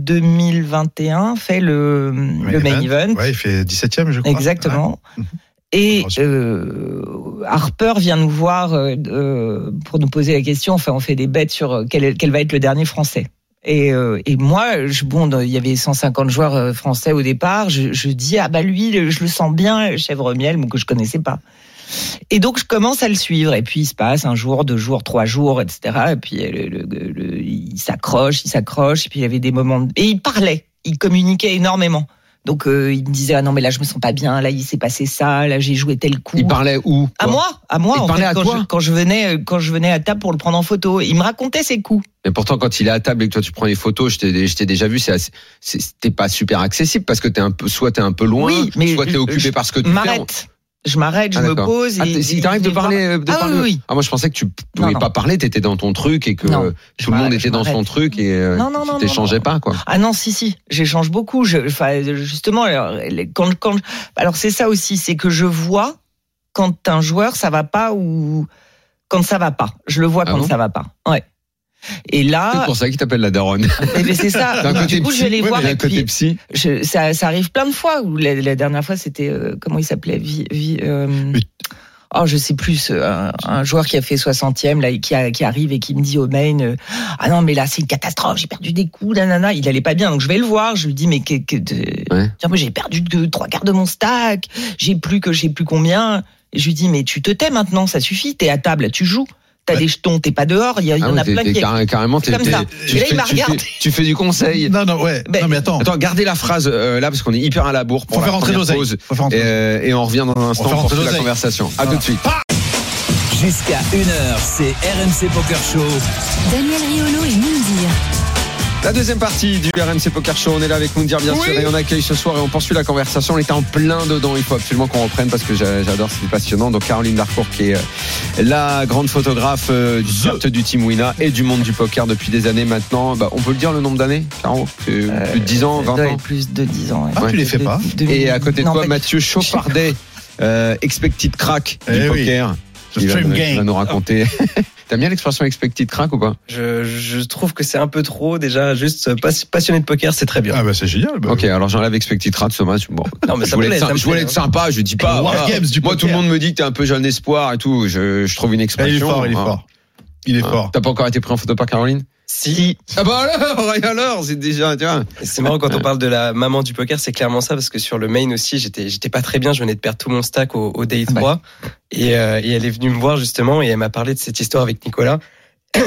2021 fait le, le main event. Ouais, il fait 17ème, je crois. Exactement. Ouais. Mhm. Et Attention. euh, Harper vient nous voir euh, euh, pour nous poser la question. Enfin, on fait des bêtes sur euh, quel, est- quel va être le dernier Français. Et, euh, et moi, je, bon, dans- il y avait 150 joueurs euh, français au départ. Je, je dis ah bah lui, le- je le sens bien, chèvre miel, que je connaissais pas. Et donc je commence à le suivre. Et puis il se passe un jour, deux jours, trois jours, etc. Et puis euh, le- le- le- il s'accroche, il s'accroche. Et puis il y avait des moments de- et il parlait, il communiquait énormément. Donc euh, il me disait ah non mais là je me sens pas bien, là il s'est passé ça, là j'ai joué tel coup. ils parlaient où à quoi moi, à moi. Il en parlait fait, à quand, toi je, quand je venais, euh, quand je venais à table pour le prendre en photo, il me racontait ses coups. Mais pourtant, quand il est à table et que toi tu prends les photos, je t'ai, je t'ai déjà vu, c'est, assez- c'est- c'était pas super accessible parce que t'es un peu, soit t'es un peu loin, Oui, mais soit t'es je- occupé je par ce que tu fais. M'arrête, je m'arrête, je Ah, me d'accord. pose. Ah, et- t'es- et il t'arrive je de vais parler, euh, de Ah parler. oui, oui. Ah, moi je pensais que tu p- Non, pouvais non. pas parler, t'étais dans ton truc et que Non, euh, tout le m'arrête, monde était je dans son m'arrête. truc et euh, Non, non, non, non, tu t'échangeais non. pas quoi. Ah non, si, si, j'échange beaucoup. Je, enfin, justement, alors, les- quand, quand, alors c'est ça aussi, c'est que je vois quand un joueur ça va pas ou quand ça va pas. Je le vois Ah quand bon ça va pas. Ouais. Et C'est là, pour ça qu'il t'appelle la daronne. eh ben, c'est ça. D'un Donc, côté du coup, psy, je vais les ouais, voir mais d'un et côté puis psy. je- ça, ça arrive plein de fois. Ou la, la dernière fois, c'était euh, comment il s'appelait Vi- Vi- euh, But. Oh, je sais plus, ce- un, un joueur qui a fait 60e, là, et qui, a- qui arrive et qui me dit au main, euh, ah non, mais là, c'est une catastrophe, j'ai perdu des coups, nanana, il allait pas bien, donc je vais le voir, je lui dis, mais que, que- de- tiens, moi, j'ai perdu deux, trois quarts de mon stack, j'ai plus que, j'ai plus combien, et je lui dis, mais tu te tais maintenant, ça suffit, t'es à table, tu joues, t'as Ouais. des jetons, t'es pas dehors, il y, a- il y Ah en oui, a t'es- plein t'es qui, carré- carrément, C'est t'es- comme t'es- ça. tu Et là, fais- il m'a tu fais- regardé. Tu fais du conseil. Non, non, ouais. Ben, non, mais attends. Attends, gardez la phrase euh, là parce qu'on est hyper à la bourre pour Faut la faire entrer première pause. l'oseille. Faut faire entrer Euh, Et on revient dans un instant faire pour entrer suivre la l'oseille. Ah, conversation. À tout de suite. Jusqu'à 1h, c'est RMC Poker Show. Daniel Riolo et Moundir. La deuxième partie du RMC Poker Show, on est là avec Moundir bien sûr et on accueille ce soir et on poursuit la conversation. On était en plein dedans, il faut absolument qu'on reprenne parce que j'a- j'adore, c'est passionnant. Donc Caroline Darcourt qui est euh, la grande photographe euh, du, certes du Team Wina et du monde du poker depuis des années maintenant. Bah, on peut le dire le nombre d'années, Caro C'est Plus de 10 ans, Ça 20 doit ans. être plus de 10 ans. ouais. Ah, tu les fais De- pas de- Et à côté de Non, toi, pas- Mathieu Chauffardet, euh, expected crack du Eh oui. poker. The Il va, Stream nous- il Gang. va nous raconter. T'aimes bien l'expression expected crack ou pas Je, je trouve que c'est un peu trop déjà. Juste euh, pas- passionné de poker, c'est très bien. Ah, bah, c'est génial. bah. Ok, alors j'enlève Expected Rat ce match. Bon, Non, mais je ça voulais, me plaît, être, ça me je voulais plaît. être hein. sympa, je dis pas. War voilà. Games du Moi, tout le poker. monde me dit que t'es un peu jeune espoir et tout. Je, je trouve une Ah, expression. il est fort, il est hein. fort. Il est Hein. fort. T'as pas encore été pris en photo par Caroline Si, Ah bah alors, et alors, c'est déjà, tu vois. c'est marrant quand on parle de la maman du poker, c'est clairement ça parce que sur le main aussi, j'étais j'étais pas très bien, je venais de perdre tout mon stack au, au day Ah bah. 3 et, euh, et elle est venue me voir justement et elle m'a parlé de cette histoire avec Nicolas.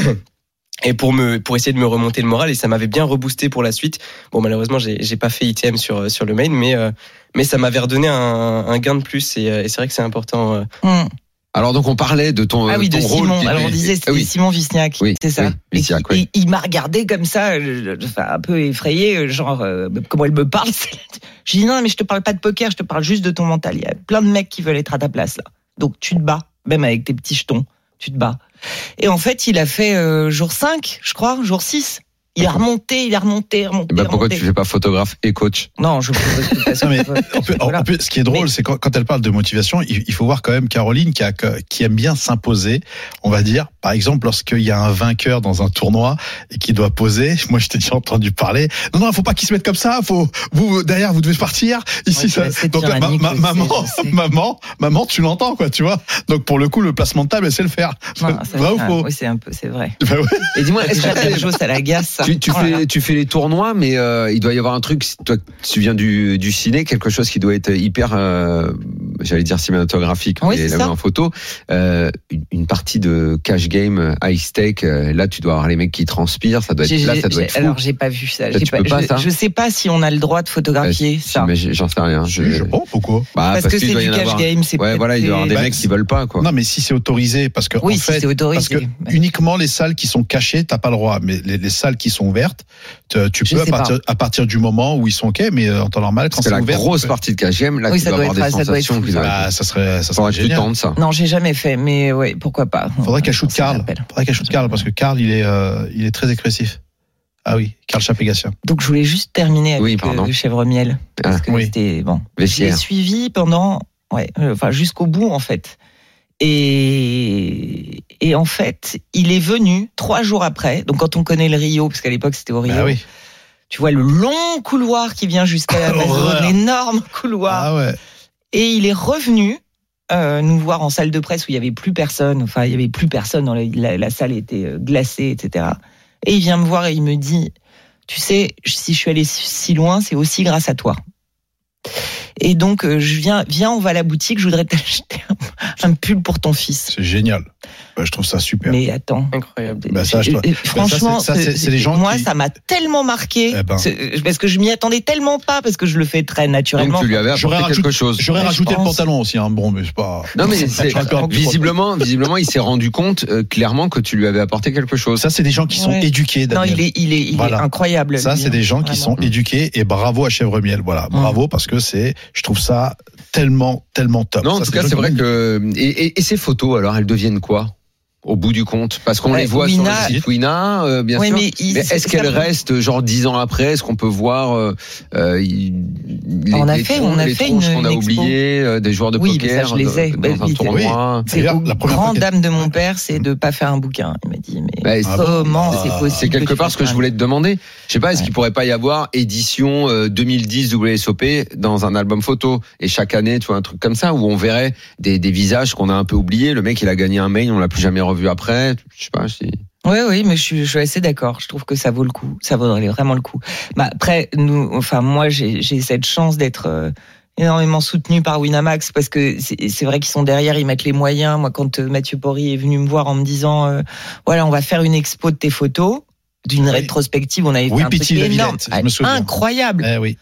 Et pour me pour essayer de me remonter le moral et ça m'avait bien reboosté pour la suite. Bon malheureusement j'ai j'ai pas fait ITM sur sur le main mais euh, mais ça m'avait redonné un, un gain de plus et, euh, et c'est vrai que c'est important. euh. Hum. Alors donc on parlait de ton, Ah euh, oui, ton de rôle. Simon. qui- Alors on disait c'était Ah oui. Simon Visniak, Oui, c'est ça. oui, Visniak, Et- oui. et il m'a regardé comme ça, euh, je- enfin, un peu effrayé, euh, genre euh, comment elle me parle. c'est- Je dis non, mais je te parle pas de poker, je te parle juste de ton mental. Il y a plein de mecs qui veulent être à ta place là. Donc tu te bats, même avec tes petits jetons, tu te bats. Et en fait, il a fait euh, jour 5, je crois, jour 6. Il a remonté, il a remonté, remonté. Eh ben, pourquoi remonté. tu fais pas photographe et coach Non, je Non, mais on peut- on peut- ce qui est drôle, Mais- c'est quand, quand elle parle de motivation, il, il faut voir quand même Caroline qui, a- qui aime bien s'imposer. On va dire, par exemple, lorsqu'il y a un vainqueur dans un tournoi et qui doit poser, moi je t'ai déjà entendu parler. Non, non, faut pas qu'il se mette comme ça. Faut vous derrière, vous devez partir. Ici, Ouais, ça- c'est donc ma- tyrannique, ma- je sais, maman, je sais. maman, maman, tu l'entends quoi, tu vois. Donc pour le coup, le placement de table, elle sait le faire. Non, ça- Vrai ou ah, faux oui, c'est un peu, c'est vrai. Bah ouais. Et dis-moi, est-ce que Déjà, t'as des- Benjo, ça l'agace. ça. Tu, tu, Oh là là. fais, tu fais les tournois, mais euh, il doit y avoir un truc. si Toi, tu viens du, du ciné, quelque chose qui doit être hyper, euh, j'allais dire cinématographique, mais Oui, c'est la ça. main en photo. Euh, une- une partie de cash game, high stake. euh, là, tu dois avoir les mecs qui transpirent. Ça doit J'ai- être bah, là, j'ai- ça doit j'ai- être fou. Alors j'ai pas vu ça. Ça, J'ai tu peux pas, je, ça hein. Bah, je sais pas si on a le droit de photographier ça. J'imagine- J'en sais Hein, rien. Je, je pense pourquoi. Bah, parce, que qu'il c'est doit y du en cash avoir- game, c'est Ouais, peut-être voilà, il doit y avoir des Bah, mecs qui veulent pas, quoi. Non, mais si c'est autorisé, parce que Oui, en si fait, c'est parce que autorisé. uniquement les salles qui sont cachées, t'as pas le droit. Mais les, les salles qui sont ouvertes, te- tu Je peux à sais pas. partir, à partir du moment où ils sont ok, mais euh, en temps normal, quand Parce que c'est la ouvert, grosse tu peux- partie de cash game, là, Oui, tu ça dois doit avoir être- des ça doit être sensations. fou. qui doivent Bah, ça serait, Ça ça serait faudrait que tu génial. tentes ça. Non, j'ai jamais fait, mais ouais, pourquoi pas. Faudrait qu'elle On shoot s'en Karl. rappelle. Faudrait qu'elle shoot Karl parce que Karl, il est, euh, il est très expressif. Ah oui, Karl Chapegatien. Donc je voulais juste terminer avec Oui, pardon. euh, le chèvre miel parce Ah, que oui. c'était bon. Je l'ai Vestiaire. suivi pendant, ouais, euh, enfin jusqu'au bout en fait. Et, et en fait, il est venu trois jours après. Donc quand on connaît le Rio, parce qu'à l'époque c'était au Rio, Ah oui. tu vois le long couloir qui vient jusqu'à la Horreur. l'Amazone, l'énorme couloir. Ah ouais. Et il est revenu euh, nous voir en salle de presse où il y avait plus personne. Enfin, il y avait plus personne. Dans la, la- la salle était euh, glacée, etc. Et il vient me voir et il me dit, tu sais, si je suis allé si- si loin, c'est aussi grâce à toi. Et donc, euh, je viens, viens, on va à la boutique. Je voudrais t'acheter un, un pull pour ton fils. C'est génial. Bah, je trouve ça super. Mais attends. Incroyable. Bah, ça, je- Euh, euh, ça, franchement, c'est- ça, c'est- euh, c'est les gens moi, qui- ça m'a tellement marqué Eh ben. ce- euh, parce que je m'y attendais tellement pas parce que je le fais très Donc naturellement. tu lui avais apporté J'aurais quelque rajouté- chose. J'aurais Ouais, je rajouté le pense. pantalon aussi, hein. bon, mais c'est pas. Non mais c'est- J'aurais pu avoir plus- visiblement, visiblement, il s'est rendu compte euh, clairement que tu lui avais apporté quelque chose. Ça, c'est des gens qui sont Ouais. éduqués, Non, Daniel. il est, il est, il est Voilà. incroyable. Ça, lui, c'est hein, des gens qui vraiment. Mm. sont éduqués et bravo à Chèvre Miel. Voilà, bravo parce que c'est, je trouve ça tellement, tellement top. Non, en Ça, tout des cas, gens c'est qui- vrai que euh, et, et- et ces photos, alors, elles deviennent quoi au bout du compte Parce qu'on Ouais, les voit sur Wina- le site Wina, euh, bien Ouais, sûr. mais il- Mais est-ce ça- qu'elles ça- restent genre dix ans après Est-ce qu'on peut voir euh, euh, il- les, On a les fait- tron- on a les fait tronches une- qu'on a une expo. oubliées, euh, des joueurs de Oui, mais ça, poker je les ai. dans Bah, un il- tournoi C'est D'ailleurs, au la première fois grand qu'elle- dame de mon père, c'est de pas faire un bouquin. Il m'a dit, mais Bah, Ah bon comment bah, c'est possible C'est quelque tu part fasses ce que je ça voulais te demander. Je sais pas, est-ce Ouais. qu'il pourrait pas y avoir édition euh, 2010 WSOP dans un album photo et chaque année, tu vois, un truc comme ça où on verrait des, des visages qu'on a un peu oubliés. Le mec, il a gagné un mail, on l'a plus jamais revu après. Je sais pas. Si... Oui, oui, mais je suis, je suis assez d'accord. Je trouve que ça vaut le coup. Ça vaudrait vraiment le coup. Bah, après, nous, enfin, moi, j'ai j'ai cette chance d'être euh, énormément soutenu par Winamax parce que c'est c'est vrai qu'ils sont derrière, ils mettent les moyens. Moi, quand euh, Mathieu Porry est venu me voir en me disant, euh, voilà, on va faire une expo de tes photos, d'une Oui. rétrospective, on avait Oui, fait un truc Pity Lavillette, énorme, je me souviens. incroyable. Eh oui.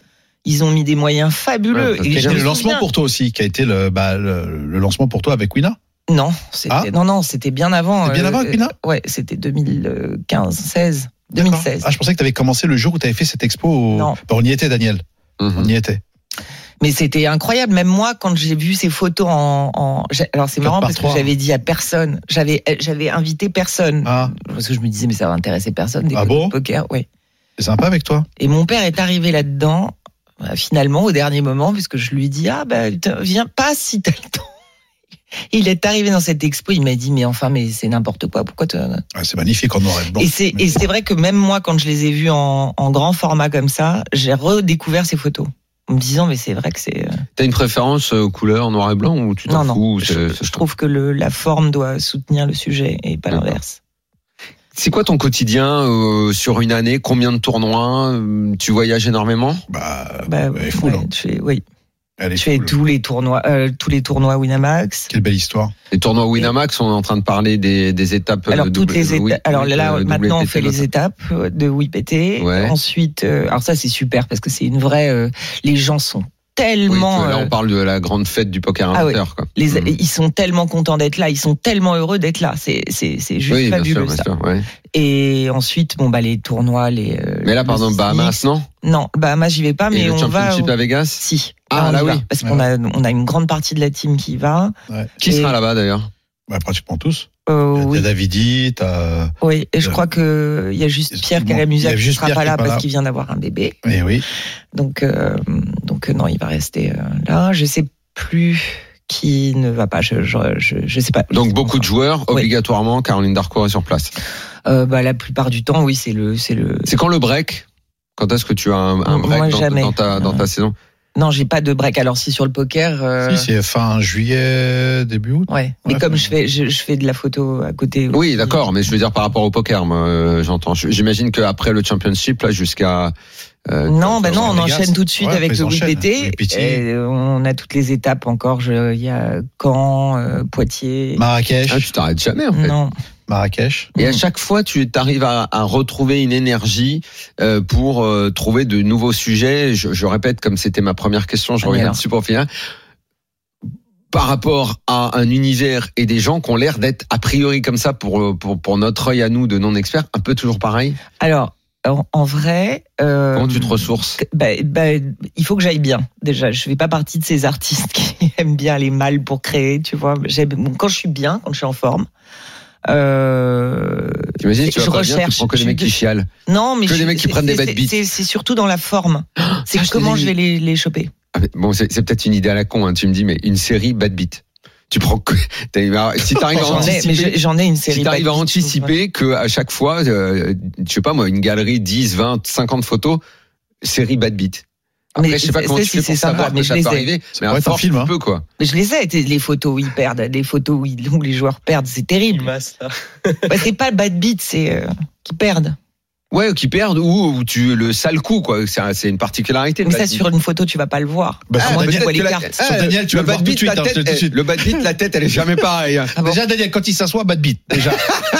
Ils ont mis des moyens fabuleux. Ouais, parce que Et Qui a je été me le lancement souviens- pour toi aussi, qui a été le, bah, le, le lancement pour toi avec Wina. Non, c'était Ah. non non, c'était bien avant. euh, C'était bien avant, Pina Ouais, c'était 2015, 16, D'accord. 2016. Ah, je pensais que tu avais commencé le jour où tu avais fait cette expo. au- Non. Bah, on y était, Daniel. Mhm. On y était. Mais c'était incroyable. Même moi, quand j'ai vu ces photos en, en- j'ai- alors c'est Quatre marrant par parce que trois. j'avais dit à personne, j'avais euh, j'avais invité personne Ah, parce que je me disais mais ça va intéresser personne. des Ah photos bon de poker, ouais. c'est sympa avec toi. Et mon père est arrivé là-dedans bah, finalement au dernier moment puisque je lui dis ah ben viens pas si t'as le temps. Il est arrivé dans cette expo, il m'a dit mais enfin mais c'est n'importe quoi. Pourquoi tu Ah, c'est magnifique en noir et blanc. et c'est et c'est vrai que même moi, quand je les ai vus en, en grand format comme ça, j'ai redécouvert ces photos en me disant mais c'est vrai que c'est euh, T'as une préférence euh, couleur noir et blanc ou tu t'en non non. fous je, c'est- je trouve que le, la forme doit soutenir le sujet et pas D'accord. l'inverse. C'est quoi ton quotidien euh, sur une année Combien de tournois Euh, Tu voyages énormément Ah Bah, Bah, elle est foule. ouais, hein. je fais- oui, Elle est je fais foule. tous les tournois, euh, tous les tournois Winamax. Quelle belle histoire. Les tournois Winamax, on est en train de parler des, des étapes. euh, Alors toutes double- les oui, étapes. Alors oui, là, euh, maintenant, on WPT, fait les étapes euh, de WIPT. Ouais. Ensuite, euh, alors ça c'est super parce que c'est une vraie. euh, les gens sont Oui, tellement. tu vois, là, euh, on parle de la grande fête du poker Ah ouais. amateur. quoi. les, Mhm. Ils sont tellement contents d'être là, ils sont tellement heureux d'être là. C'est c'est c'est juste Oui, bien sûr, fabuleux bien ça. sûr. ouais. Et ensuite, bon bah les tournois, les. euh, Mais là, le pardon, Six. Bahamas, non Non, Bahamas, j'y vais pas, Et mais le on va. Championship au- à Vegas Si. Ah, on y là, va, oui. Parce qu'on a on a une grande partie de la team qui y va. Qui Et- sera là-bas d'ailleurs Bah, pratiquement tous. Euh, T'as oui. Davidi, t'as. Oui. Et je Euh, crois que il y a juste Pierre bon, il y Calamusa a qui juste sera Pierre pas qui est là pas là. parce qu'il vient d'avoir un bébé. Eh oui. Donc euh, donc euh, non, il va rester euh, là. Je sais plus qui ne va pas. Je je je, je sais pas. Donc beaucoup de joueurs, Oui. obligatoirement, Caroline Darcourt est sur place. Euh, bah la plupart du temps, oui, c'est le c'est le C'est quand le break Quand est-ce que tu as un, un Moi, break dans, jamais. Euh, dans ta, dans ta saison Non, j'ai pas de break. Alors si sur le poker, euh, Si, c'est fin juillet, début août. ouais. Mais Ouais, comme faut- je fais, je, je fais de la photo à côté. Oui, aussi. d'accord, mais je veux dire par rapport au poker, moi, euh, j'entends. Je- J'imagine qu'après le championship, là, jusqu'à. euh, Non, bah non, on Las Vegas. enchaîne tout de suite Ouais, avec ils le enchaînent. WPT. Le WPT. Et euh, on a toutes les étapes encore. Je- Il y a Caen, euh, Poitiers. Marrakech. ah, tu t'arrêtes jamais, en fait. non. Marrakech. Et à Mm. chaque fois, tu arrives à, à retrouver une énergie euh, pour euh, trouver de nouveaux sujets. Je, je répète, comme c'était ma première question, je Ah, mais reviens alors. dessus pour finir. Par rapport à un univers et des gens qui ont l'air d'être a priori comme ça pour, euh, pour, pour notre œil à nous de non-experts, un peu toujours pareil. Alors, en, en vrai. euh, Comment tu te ressources bah, bah, il faut que j'aille bien. Déjà, je fais pas partie de ces artistes qui aiment bien aller mal pour créer, tu vois. J'aime- bon, quand je suis bien, quand je suis en forme. euh, T'imagines, tu vas je pas bien, tu recherche, prends que des je- mecs qui chialent. Non, mais Que je- les mecs qui c'est- prennent des c'est- bad beats. Ah, C'est c'est surtout dans la forme. C'est ça, je comment l'ai je vu. vais les, les choper. Ah, mais Bon, c'est c'est peut-être une idée à la con, hein, tu me dis, mais une série bad beat. Tu prends que. t'as- Si t'arrives à J'en ai, mais Ah, anticiper- j'ai- j'en ai une série. Si t'arrives à bad beats, anticiper que à chaque fois, euh, je sais pas moi, une galerie 10, 20, 50 photos, série bad beat. Après, Mais je sais pas ça, comment tu si, fais pour c'est sympa, savoir mais que ça je les peut ai. arriver. Mais pourrait à être un force, film, tu hein. peux, quoi. Mais Je les ai, t'es- les photos où ils perdent, les photos où, ils- où les joueurs perdent, c'est terrible. Bah, c'est pas bad beat, c'est euh, qu'ils perdent. Ouais, qui perdent ou, ou tu le sale coup, quoi. C'est un- C'est une particularité. le Mais ça, bad beat. sur une photo, tu vas pas le voir. Bah, à sur moins que tu Daniel, vois les que la- cartes. Ah, Sur Daniel, tu vas le bad voir tout de beat, suite, la hein, je te le dis tout de tête, eh, suite. Le bad beat, la tête, elle est jamais pareille. hein. Ah Déjà, Daniel, quand il s'assoit, bad beat. Déjà,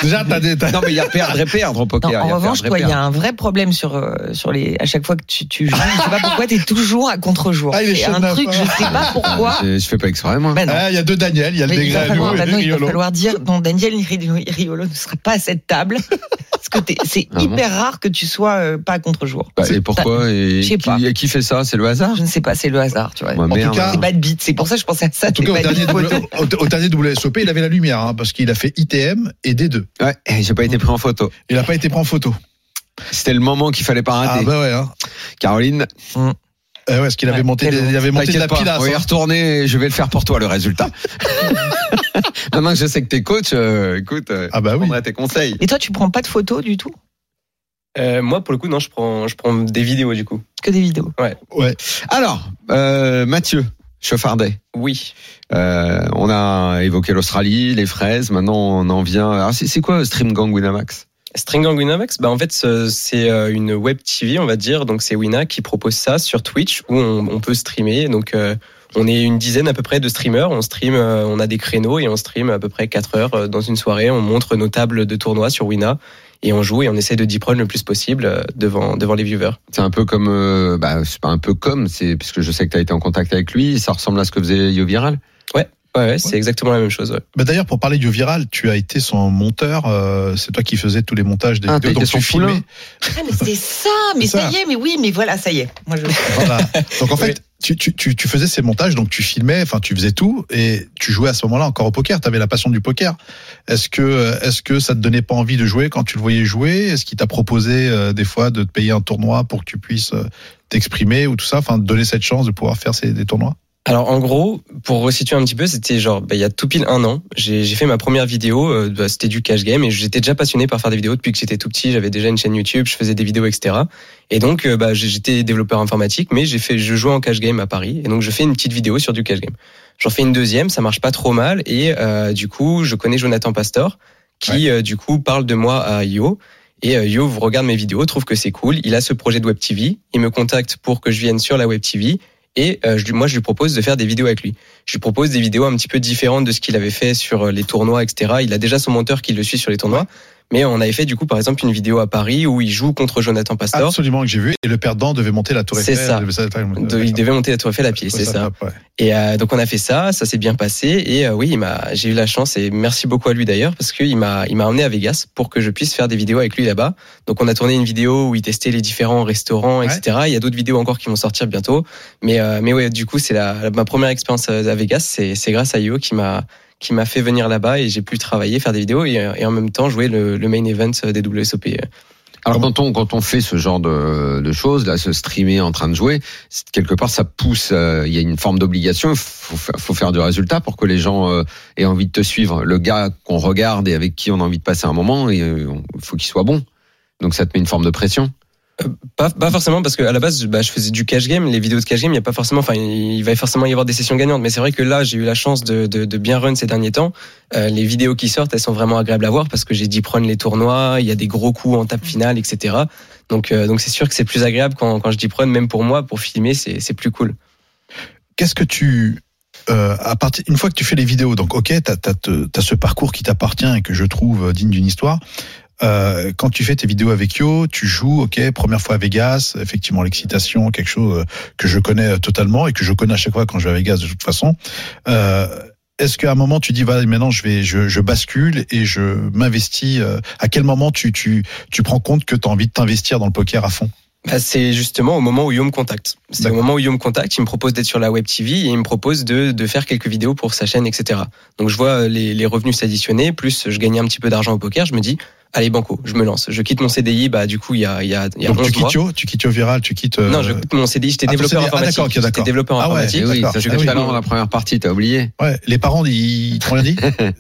déjà t'as des. t'as- Non, mais il y a perdre et perdre au Non, poker. il en y a revanche, perdre et toi, il y perdre. a un vrai problème sur, euh, sur les. À chaque fois que tu, tu joues, je sais pas pourquoi t'es toujours à contre-jour. Ah, il est c'est chaud, un là. truc, je sais pas pourquoi. Ah, Je je fais pas exprès, moi. Bah non. Ah, Il y a deux Daniel, il y a le Mais il, Degré va à nous falloir, et bah le non, il va Riolo. falloir dire non, Daniel Ri- Riolo ne sera pas à cette table. Parce que t'es- c'est Ah bon hyper rare que tu sois euh, pas à contre-jour. Bah, C'est- et pourquoi et Je sais qui, pas. et qui fait ça C'est le hasard Je ne sais pas, c'est le hasard, tu vois. Moi, tout merde. cas, C'est bad beat, c'est pour ça que je pensais à ça. En tout les cas, au bad dernier, beat photos. W- au- au dernier WSOP, il avait la lumière, hein, parce qu'il a fait ITM et D2. Ouais, et j'ai pas été pris en photo. Il n'a pas été pris en photo. C'était le moment qu'il fallait pas rater. Ah, bah ouais, hein. Caroline, Euh, ouais, parce qu'il avait Ouais, monté, tellement. il avait monté de t'inquiète pas, la pile à on va y cent. retourner. et Je vais le faire pour toi le résultat. Maintenant que je sais que t'es coach, euh, écoute, euh, Ah, bah je oui. prendrai tes conseils. Et toi, tu prends pas de photos du tout Euh, moi, pour le coup, non, je prends, je prends des vidéos du coup. Que des vidéos. Ouais. Alors, euh, Mathieu Chauffardet, Oui. euh, on a évoqué l'Australie, les fraises. Maintenant, on en vient. Alors, c'est c'est quoi euh, Stream Gang Winamax String Gang Winamax, bah en fait ce- c'est euh, une web TV, on va dire, donc c'est Wina qui propose ça sur Twitch où on, on peut streamer. Donc euh, on est une dizaine à peu près de streamers, on stream, euh, on a des créneaux et on stream à peu près 4 heures euh, dans une soirée. On montre nos tables de tournoi sur Wina et on joue et on essaie de deep run le plus possible euh, devant devant les viewers. C'est un peu comme, euh, bah, c'est pas un peu comme, c'est puisque je sais que t'as été en contact avec lui. Ça ressemble à ce que faisait Yo Viral. Ouais, ouais, c'est exactement la même chose. ouais. Bah d'ailleurs, pour parler du viral, tu as été son monteur. euh, c'est toi qui faisais tous les montages des Ah, vidéos, t'as donc été tu son poulain. filmais. Ah, mais c'est ça, mais C'est ça. ça. y est, mais oui, mais voilà, ça y est. Moi, je... Voilà. Donc en fait, Oui. tu, tu, tu, tu faisais ces montages, donc tu filmais, enfin tu faisais tout, et tu jouais à ce moment-là encore au poker. Tu avais la passion du poker. Est-ce que euh, est-ce que ça te donnait pas envie de jouer quand tu le voyais jouer Est-ce qu'il t'a proposé euh, des fois de te payer un tournoi pour que tu puisses euh, t'exprimer ou tout ça, enfin te donner cette chance de pouvoir faire ces, des tournois Alors en gros, pour resituer un petit peu, c'était genre bah, il y a tout pile un an, j'ai j'ai fait ma première vidéo, euh, bah, c'était du cash game et j'étais déjà passionné par faire des vidéos depuis que j'étais tout petit, j'avais déjà une chaîne YouTube, je faisais des vidéos etc. Et donc euh, bah, j'ai- j'étais développeur informatique, mais j'ai fait je jouais en cash game à Paris et donc je fais une petite vidéo sur du cash game. J'en fais une deuxième, ça marche pas trop mal et euh, du coup je connais Jonathan Pastor qui euh, du coup parle de moi à Yo. Et euh, Yo regarde mes vidéos, trouve que c'est cool. Il a ce projet de Web TV. Il me contacte pour que je vienne sur la Web TV et euh, je lui- moi je lui propose de faire des vidéos avec lui. Je lui propose des vidéos un petit peu différentes de ce qu'il avait fait sur euh, les tournois, etc. Il a déjà son monteur qui le suit sur les tournois, mais on avait fait du coup par exemple une vidéo à Paris où il joue contre Jonathan Pastor. Absolument que j'ai vu. Et le perdant devait monter la tour C'est Eiffel. ça. devait- De- il devait monter la Tour Eiffel à pied, c'est ça. top, ouais. Et euh, donc on a fait ça, ça s'est bien passé. Et euh, oui, il m'a, j'ai eu la chance et merci beaucoup à lui d'ailleurs parce qu'il m'a, il m'a emmené à Vegas pour que je puisse faire des vidéos avec lui là-bas. Donc on a tourné une vidéo où il testait les différents restaurants, Ouais. etc. Il y a d'autres vidéos encore qui vont sortir bientôt. Mais euh, mais ouais, du coup c'est la, la- ma première expérience euh, à Vegas. C'est, c'est grâce à Yo qui m'a qui m'a fait venir là-bas et j'ai pu travailler, faire des vidéos et, euh, et en même temps jouer le, le main event euh, des WSOP. Alors quand on quand on fait ce genre de, de choses là, se streamer en train de jouer, c'est- quelque part ça pousse. euh, Il y a une forme d'obligation. Faut, fa- faut faire du résultat pour que les gens euh, aient envie de te suivre. Le gars qu'on regarde et avec qui on a envie de passer un moment, il faut qu'il soit bon. Donc ça te met une forme de pression. Euh, pas, pas forcément parce que à la base bah, je faisais du cash game les vidéos de cash game il y a pas forcément enfin il va forcément y avoir des sessions gagnantes mais c'est vrai que là j'ai eu la chance de, de, de bien run ces derniers temps Euh, les vidéos qui sortent elles sont vraiment agréables à voir parce que j'ai dit prendre les tournois il y a des gros coups en table finale etc donc euh, donc c'est sûr que c'est plus agréable quand, quand je dis prendre même pour moi pour filmer c'est c'est plus cool Qu'est-ce que tu euh, à partir une fois que tu fais les vidéos donc ok t'as t'as te- t'as ce parcours qui t'appartient et que je trouve euh, digne d'une histoire euh, quand tu fais tes vidéos avec Yo, tu joues, ok, première fois à Vegas, effectivement l'excitation, quelque chose euh, que je connais totalement et que je connais à chaque fois quand je vais à Vegas de toute façon. Euh, Est-ce qu'à un moment tu dis, voilà, maintenant je vais, je, je bascule et je m'investis. euh, à quel moment tu, tu, tu prends compte que tu as envie de t'investir dans le poker à fond Bah, c'est justement au moment où Yo me contacte. C'est au D'accord. moment où Yo me contacte, il me propose d'être sur la web TV et il me propose de, de faire quelques vidéos pour sa chaîne, etc. Donc je vois euh, les, les revenus s'additionner, plus je gagnais un petit peu d'argent au poker, je me dis, allez banco, je me lance. Je quitte mon CDI, bah du coup il y a, il y a, il y a Donc 11 tu mois. quittes Yo, tu quittes Yo Viral, tu quittes. euh, Non, je quitte mon CDI, j'étais Ah, ton développeur CDI, ah, informatique. d'accord, ok, d'accord. J'étais développeur Ah ouais, informatique. Eh oui, D'accord. ça Ah c'était oui. talent dans la première partie, t'as oublié. ouais, les parents ils t'ont rien dit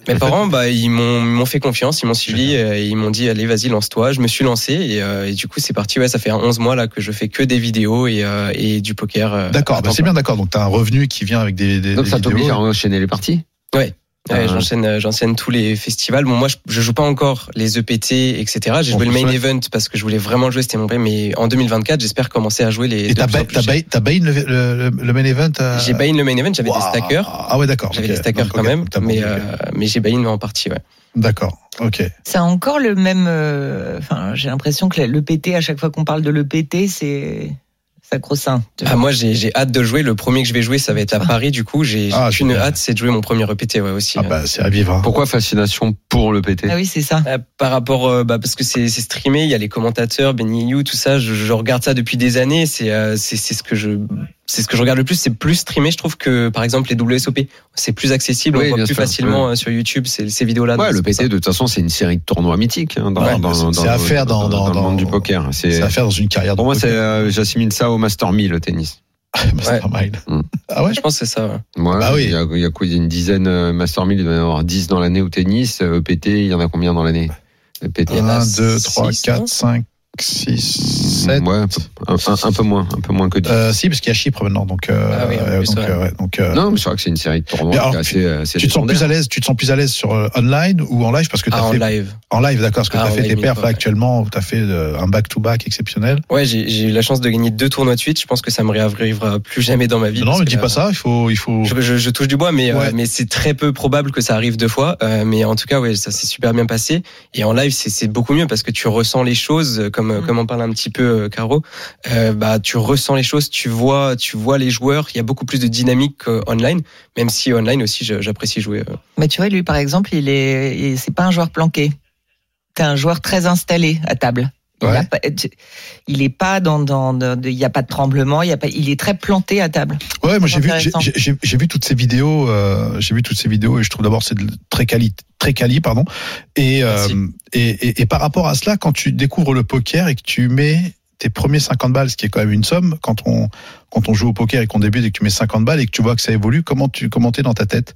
Mes parents, bah, ils m'ont ils m'ont fait confiance, ils Ah, m'ont suivi, euh, et ils m'ont dit allez vas-y lance-toi. Je me suis lancé et, euh, et du coup c'est parti. Ouais, ça fait 11 mois là que je fais que des vidéos et, euh, et du poker. euh, D'accord, à bah, temps c'est bien d'accord. Donc tu as un revenu qui vient avec des, des, Donc des ça t'oblige à vidéos. enchaîner les parties. Ouais, Euh, j'enchaîne, euh, j'enchaîne tous les festivals. Bon, moi, je, je joue pas encore les E EPT, etc. J'ai On joué le te main souhaite. event parce que je voulais vraiment le jouer, c'était mon rêve. Mais en 2024, j'espère commencer à jouer les. Et de t'as plus en ba- plus t'as cher. ba- t'as buy le, le, le main event à- J'ai buy-in le main event, j'avais des Waouh. stackers. Ah ouais, d'accord. J'avais ok. des stackers Donc, quand ok, même, t'as mais, bon, ok. euh, mais j'ai buy-in en partie, ouais. D'accord, ok. Ah C'est encore le même. euh, Enfin, j'ai l'impression que l'EPT, à chaque fois qu'on parle de l'EPT, c'est sacro-saint. tu Ah, vois. moi, j'ai, j'ai hâte de le jouer. Le premier que je vais jouer, ça va être à Paris, du coup. J'ai, j'ai Ah, une génial. hâte, c'est de jouer mon premier EPT, ouais, aussi. Ah bah, c'est à vivre. hein. Pourquoi fascination pour le PT Ah oui, c'est ça. Euh, par rapport euh, bah, parce que c'est c'est streamé il y a les commentateurs Benny You tout ça je, je regarde ça depuis des années c'est euh, c'est c'est ce que je c'est ce que je regarde le plus c'est plus streamé je trouve que par exemple les WSOP c'est plus accessible Oui, on voit bien plus sûr, facilement euh, sur YouTube ces, ces vidéos là Ouais, le E. PT, de toute façon, Ah, c'est une série de tournois mythiques hein, dans, Ouais, dans- c'est- dans- c'est à faire dans- le dans- monde du poker. C'est- C'est à faire dans une carrière. Pour moi, de c'est, euh, j'assimile ça au Master 1000, le tennis. Mastermind. Mm. Hmm. Ah ouais je pense que c'est ça ouais. Moi, Bah oui. il, y a, il y a quoi, il y a une dizaine euh, Master 1000, il doit y en avoir 10 dans l'année au tennis. Euh, PT, il y en a combien dans l'année E Le PT Il y en a 1, 2, six, 3, non 4, 5, 6, 7. Ouais, un, peu- un- un- un peu moins, un peu moins que 10. Euh, si, parce qu'il y a Chypre maintenant. Donc, euh, Ah oui, en euh, plus, donc, ouais. euh, ouais, donc, euh, non, mais c'est vrai que c'est une série de tournois Mais qui est alors, assez, euh, assez tu te sens plus légendaire. à l'aise, tu te sens plus à l'aise sur euh, online ou en live parce que tu as Ah, en fait live en live, d'accord, parce que Ah, tu as en fait live, tes perfs là, ouais. actuellement, tu as fait euh, un back to back exceptionnel. ouais j'ai j'ai eu la chance de gagner deux tournois de suite je pense que ça me réarrivera plus jamais dans ma vie non, parce mais que dis là- pas ça, il faut il faut Je, je- je touche du bois, mais, euh, Ouais. mais c'est très peu probable que ça arrive deux fois. Euh, mais en tout cas, ouais, ça s'est super bien passé. Et en live, c'est- c'est beaucoup mieux parce que tu ressens les choses, euh, comme, euh, Mm. comme on parle un petit peu, euh, Caro. Euh, bah, tu ressens les choses, tu vois, tu vois les joueurs. Il y a beaucoup plus de dynamique euh, online, même si online aussi, je- j'apprécie jouer. euh. Bah, tu vois, lui, par exemple, il est, il- c'est pas un joueur planqué. T'es un joueur très installé à table. Il Ouais. a pas- tu- il est pas dans, dans, dans- de- il y a pas de tremblement, il y a pas, il est très planté à table. Ouais, moi j'ai vu, j'ai- Intéressant. j'ai- j'ai j'ai vu toutes ces vidéos, euh, j'ai vu toutes ces vidéos et je trouve d'abord c'est de- très quali, très quali, pardon. Et, euh, Merci. et, et, et par rapport à cela, quand tu découvres le poker et que tu mets tes premiers 50 balles, ce qui est quand même une somme, quand on quand on joue au poker et qu'on débute et que tu mets 50 balles et que tu vois que ça évolue, comment tu comment t'es dans ta tête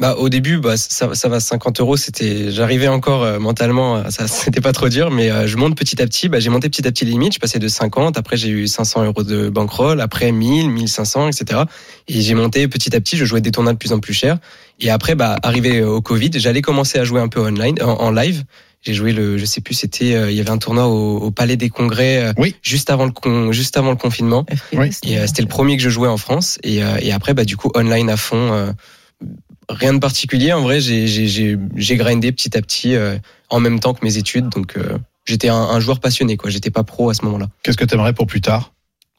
Bah, au début, bah, ça, ça va 50 euros. C'était, j'arrivais encore euh, mentalement, euh, ça, c'était pas trop dur, mais euh, je monte petit à petit. Bah, j'ai monté petit à petit les limites. Je passais de 50, après j'ai eu 500 euros de bankroll, après 1000, 1500, etc. Et j'ai monté petit à petit. Je jouais des tournois de plus en plus chers. Et après, bah, arrivé euh, au Covid, j'allais commencer à jouer un peu online, en, en live. J'ai joué le, je sais plus, c'était, euh, il y avait un tournoi au, au Palais des Congrès, euh, Oui. juste avant le con, juste avant le confinement. Et euh, c'était le premier que je jouais en France. Et, euh, et après, bah, du coup, online à fond. euh, rien de particulier. En vrai, j'ai- j'ai- j'ai j'ai grindé petit à petit euh, en même temps que mes études. Donc, euh, j'étais un, un joueur passionné, quoi. J'étais pas pro à ce moment-là. Qu'est-ce que t'aimerais pour plus tard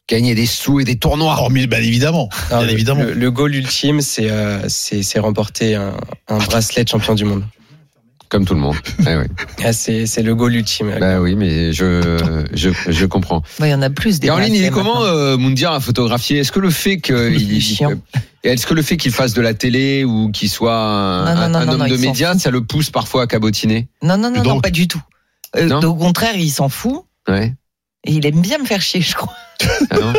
Gagner des sous et des tournois. Hormis, bien évidemment, Non, bien le- évidemment. Le, le goal ultime, c'est euh, c'est- c'est remporter un, Ah, un bracelet de champion du monde. Comme tout le monde. Eh Ouais, ouais. Ah, c'est c'est le goal ultime. Bah oui, mais je, je, je comprends. Ouais, il y en a plus. des Caroline, il bracelets est comment maintenant. euh, Mundir à photographier Est-ce que le fait Il est qu'il chiant. est-ce que le fait qu'il fasse de la télé ou qu'il soit un, Non, non, non, un non, homme non, de il s'en médias, fout. ça le euh, pousse parfois à cabotiner Non, non, non, non, Donc- pas du tout. Euh, Non au contraire, il s'en fout. Ouais. Et il aime bien me faire chier, je crois. Ah non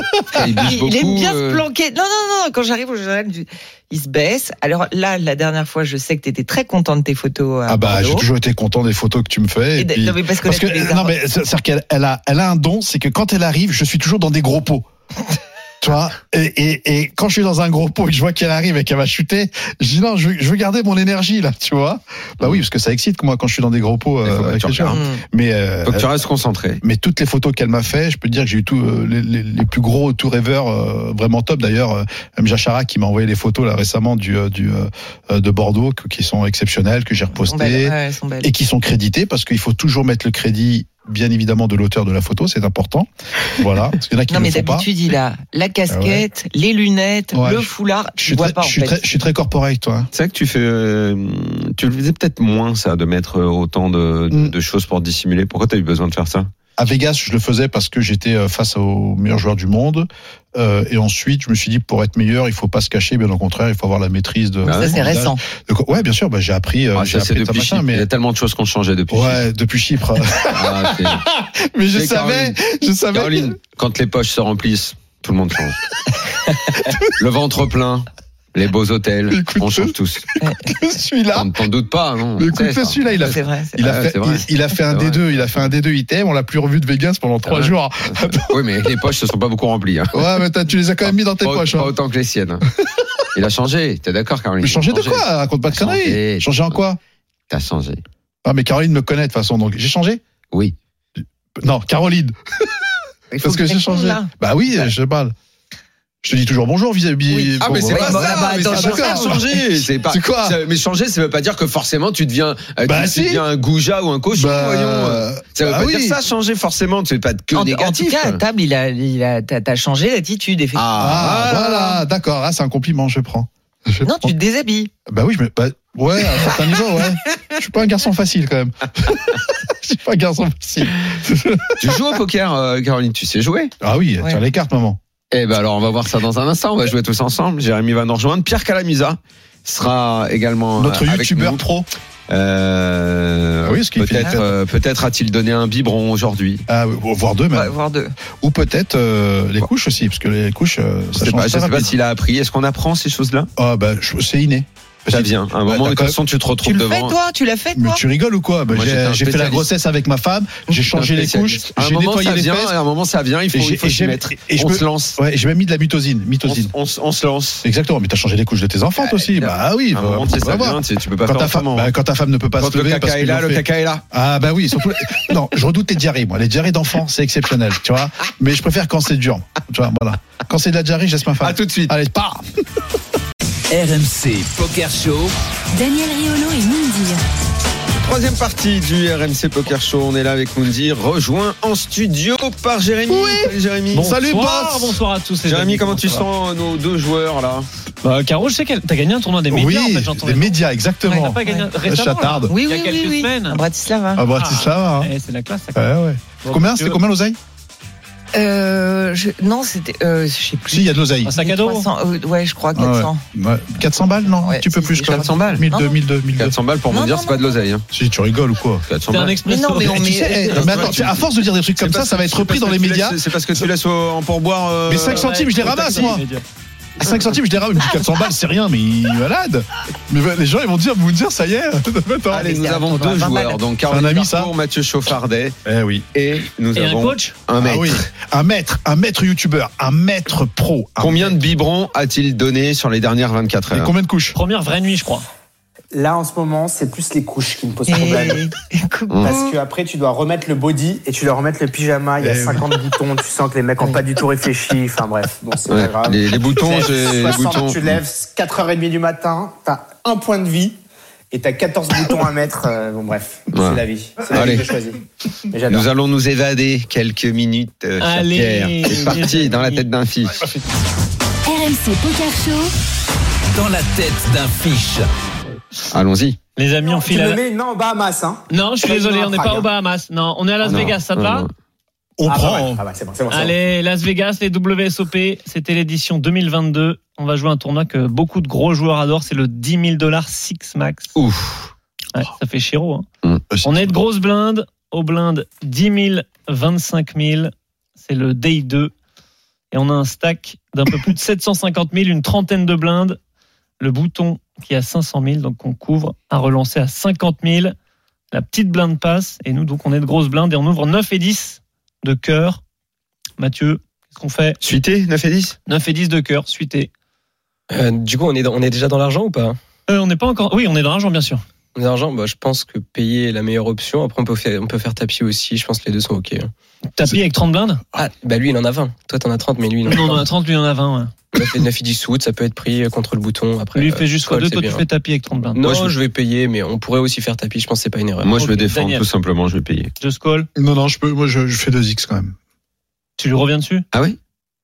il bouge il, beaucoup. il aime bien euh, se planquer. Non, non, non, quand j'arrive au journal, du- il se baisse. Alors là, la dernière fois, je sais que tu étais très content de tes photos. à Ah bah, Bordeaux. j'ai toujours été content des photos que tu me fais. et Et d- puis- non, mais parce que, Parce que, euh, là, tu les as- non, mais c'est- c'est-à-dire qu'elle elle a, elle a un don, c'est que quand elle arrive, je suis toujours dans des gros pots. tu vois et, et, et quand je suis dans un gros pot et que je vois qu'elle arrive et qu'elle va chuter, je dis non, je, veux- je veux garder mon énergie là, tu vois. Bah oui, parce que ça excite moi quand je suis dans des gros pots. Il faut euh, pas que avec tu les gens. regardes. mais, euh, Faut que tu restes concentré. mais toutes les photos qu'elle m'a fait, je peux te dire que j'ai eu tout, euh, les, les- les plus gros tout rêveurs euh, vraiment top. D'ailleurs, euh, M. Jachara qui m'a envoyé les photos là récemment du, euh, du, euh, euh, de Bordeaux que- qui sont exceptionnelles, que j'ai bah, Elles sont belles, repostées ouais, elles sont belles. et qui sont crédités parce qu'il faut toujours mettre le crédit, bien évidemment, de l'auteur de la photo, c'est important. Voilà, parce qu'il y en a qui non, ne mais le font pas. Ah d'habitude, il a la casquette, les lunettes, Ouais, le je- foulard. Je Tu suis, vois très, pas, en je, suis fait. très, je suis très corporate, toi. hein. C'est vrai que tu fais, euh, tu le faisais peut-être moins ça, de mettre autant de, de- Mm. de choses pour dissimuler. Pourquoi t'as eu besoin de faire ça À Vegas, je le faisais parce que j'étais euh, face aux meilleurs joueurs du monde. Euh, et ensuite, je me suis dit, pour être meilleur, il faut pas se cacher. Bien au contraire, il faut avoir la maîtrise de. Ah Ça, ouais, c'est récent. De quoi- ouais, bien sûr, bah, j'ai appris. euh, Ah, j'ai Ça c'est appris depuis machin, Chypre. Il y mais. a tellement de choses qu'on changeait depuis. Chypre. Ouais, depuis Chypre. Ah, c'est- mais je Mais Caroline, savais, je savais. Caroline, quand les poches se remplissent, tout le monde change. le ventre plein, les beaux hôtels, Écoute, on change tous. que Celui-là. T'en- T'en doutes pas, non Mais Tu sais, ça. écoute, celui-là, il a C'est vrai. c'est Il a, Ouais, fait, Ah, c'est vrai. il, il a fait un C'est D2, il a fait un D2 item, on l'a plus revu de Vegas pendant trois vrai. jours. Oui, mais les poches se sont pas beaucoup remplies. hein. Ouais, mais t'as- tu les as quand même mis dans tes Pas, poches. pas hein. autant que les siennes. Il a changé, t'es d'accord, Caroline Mais changer de Changé. quoi Raconte pas de Changer. conneries. Changer en quoi T'as changé. Ah, mais Caroline me connaît de toute façon, donc j'ai changé Oui. Non, Caroline. Il faut Parce que j'ai tu changé. répondes, là. Bah oui, je te parle. Je te dis toujours bonjour vis-à-vis. Oui. Ah, mais c'est ouais. pas Bah, ça bah, mais attends, c'est pas ça, d'accord. changer C'est pas. C'est quoi ça- mais changer, ça veut pas dire que forcément tu deviens, euh, Ah. Bah, tu, tu si. deviens un goujat ou un cochon, Bah, voyons. Ça veut bah pas oui. euh, dire ça, changer forcément. Tu fais pas que En, en tout négatif. cas, à table, il a, il a, t'as, t'as changé d'attitude, effectivement. Ah, Ah, voilà, d'accord. Ah, c'est un compliment, je prends. Je non, prends. tu te déshabilles. Bah oui, je me. bah, ouais, à un certain niveau, ouais. Je suis pas un garçon facile quand même. Je suis pas un garçon facile. Tu joues au poker, euh, Caroline, tu sais jouer Ah oui, Ouais. tiens les cartes, maman. Eh ben alors, on va voir ça dans un instant. On va jouer tous ensemble. Jérémy va nous rejoindre. Pierre Calamisa sera également euh, Notre avec youtubeur nous. pro. Euh, Ah oui, ce qui fait des peut-être, têtes. euh, peut-être a-t-il donné un biberon aujourd'hui. Ah, voire deux même. Ouais, Voire deux. Ou peut-être euh, les couches aussi, parce que les couches, euh, Je ça sais change pas, très je sais pas rapide. s'il a appris. Est-ce qu'on apprend ces choses-là Ah bah je- c'est inné. Ça Si- vient. À un Bah, moment, t'as de toute quand façon, tu te Tu retrouves le devant. fais, toi Tu l'as fait, Mais toi tu rigoles ou quoi Bah, Moi, j'étais un J'ai j'ai fait la spécialiste. grossesse avec ma femme, j'ai changé les couches, À un j'ai moment, nettoyé ça les vient, fesses. à un moment, ça vient. Il faut, Et j'ai- il faut et s'y j'ai- mettre. et je on me- se lance. Ouais, j'ai même mis de la mitosine, On, mitosine. se- on se- on se lance. Exactement, mais t'as changé les couches de tes enfants Ah, toi aussi. évidemment. Bah oui, À un bah, moment, faut tu sais, ça savoir. vient. Tu, tu peux pas Quand faire ta, femme, autrement. bah, quand ta femme ne peut pas Quand se le lever parce caca est qu'ils là, l'ont le fait. caca est là. Ah bah oui, surtout non, je redoute les diarrhées moi, les diarrhées d'enfants, c'est exceptionnel, tu vois. Mais je préfère quand c'est dur. Tu vois, voilà. Quand c'est de la diarrhée, je laisse ma femme. À tout de suite. Allez, pars. RMC Poker Show. Daniel Riolo et Moundir. Troisième partie du RMC Poker Show. On est là avec Mundi, rejoint en studio par Jérémy. Salut Jérémy. Salut Bonsoir, boss. bonsoir à tous. les Jérémy, amis. comment tu ça va sens nos deux joueurs là Bah, Caro, je sais que t'as gagné un tournoi des médias, en fait, Oui, j'entends. des médias T'as exactement. pas gagné Je récemment là chatarde. Oui, Il y a oui, quelques oui, oui. semaines. À Bratislava. Ah bah c'est ça. hein. Eh, C'est la classe, ça. quand même. Ouais, ouais. Bon, Combien si tu c'est veux. combien l'oseille Euh, je- non, c'était. Euh, je sais plus. Si, il y a de l'oseille. Un sac à dos 300, euh, ouais, je crois Ah ouais. 400. Ouais. 400 balles, non Ouais, Un petit peu si, plus, si, je crois. 400 balles. 1200, Non. 1200, 1200. 400 balles pour Non, me dire, non, c'est pas de l'oseille. Hein. Si, tu rigoles ou quoi 400 T'es un balles. expresso. Mais non, mais on- euh, Tu sais, eh, c'est mais parce attends, que tiens, tu- à force de dire des trucs comme C'est ça, parce ça va que- être c'est repris parce dans que les tu médias. laisses- C'est parce que tu laisses au- en pourboire. euh, Mais 5 centimes, je les ramasse, moi. 5 centimes, je les rame. 400 balles, c'est rien, mais il est malade. Mais bah, les gens, ils vont dire, vous dire, ça y est. Attends. Allez, mais nous c'est un avons tournoi deux à vingt joueurs. balles. Donc C'est un Caroline ami, ça Parcourt, Mathieu Chauffardet Eh oui. et nous Et un avons coach un Ah oui. maître. Un maître, un maître youtubeur, un maître pro. Un- Combien de biberons a-t-il donné sur les dernières 24 Et heures combien de couches Première vraie nuit, je crois. Là, en ce moment, c'est plus les couches qui me posent problème. Et... Coucou. Parce que après, tu dois remettre le body et tu dois remettre le pyjama. Il y a Eh oui. 50 boutons. Tu sens que les mecs n'ont pas du tout réfléchi. Enfin bref, bon, c'est Ouais, pas grave. les, les boutons, C'est j'ai- les 60, boutons. Tu te lèves 4h30 du matin. T'as un point de vie et t'as 14 boutons à mettre. Euh, Bon, bref, Ouais. c'est la vie. C'est la Allez. vie que je choisis. Mais j'adore. Nous allons nous évader quelques minutes, euh, cher Allez, Pierre. C'est parti, Jérémy. dans la tête d'un fils. RMC Poker Show. Dans la tête d'un fiche. Allons-y. Les amis, on Tu file à me la... mets une main en Bahamas, hein Non, je suis Quasiment désolé, on n'est Prague, pas hein. aux Bahamas. Non, on est à Las Ah Non, Vegas, ça te non, va non. On Ah, bah prend. ouais. hein. Ah, bah, c'est bon, c'est bon. c'est bon. Allez, Las Vegas, les WSOP, c'était l'édition 2022. On va jouer un tournoi que beaucoup de gros joueurs adorent, c'est le 10 000 dollars Six Max. Ouf. Ouais, ça fait Euh, chéro. hein. Mm. On est de grosses blindes. Aux blindes, 10 000, 25 000, C'est le DI2. Et on a un stack d'un peu plus de 750 000, une trentaine de blindes. Le bouton qui a 500 000, donc qu'on couvre, à relancer à 50 000. La petite blinde passe. Et nous, donc, on est de grosses blindes et on ouvre 9 et 10 de cœur. Mathieu, qu'est-ce qu'on fait Suité, 9 et 10 9 et 10 de cœur, suité. Euh, du coup, on est, dans- on est déjà dans l'argent ou pas Euh, on n'est pas encore. Oui, on est dans l'argent, bien sûr. On est dans l'argent bah, Je pense que payer est la meilleure option. Après, on peut faire, on peut faire tapis aussi. Je pense que les deux sont OK. Tapis avec 30 blindes Ah, bah lui, il en a 20. Toi, t'en as 30, mais lui, il en a Non, on en 20. a 30, lui, il en a 20. ouais. 9, 9 10 sous, ça peut être pris contre le bouton. Après, Lui, il euh, fait juste call, x2, c'est toi, tu bien. fais tapis avec 30 blindes. Non, Moi, je, je vais payer, mais on pourrait aussi faire tapis. Je pense que c'est pas une erreur. Moi, je vais Ok, défendre, Daniel. tout simplement, je vais payer. Just call. Non, non, je peux, moi, je, je fais 2x quand même. Tu lui reviens dessus Ah oui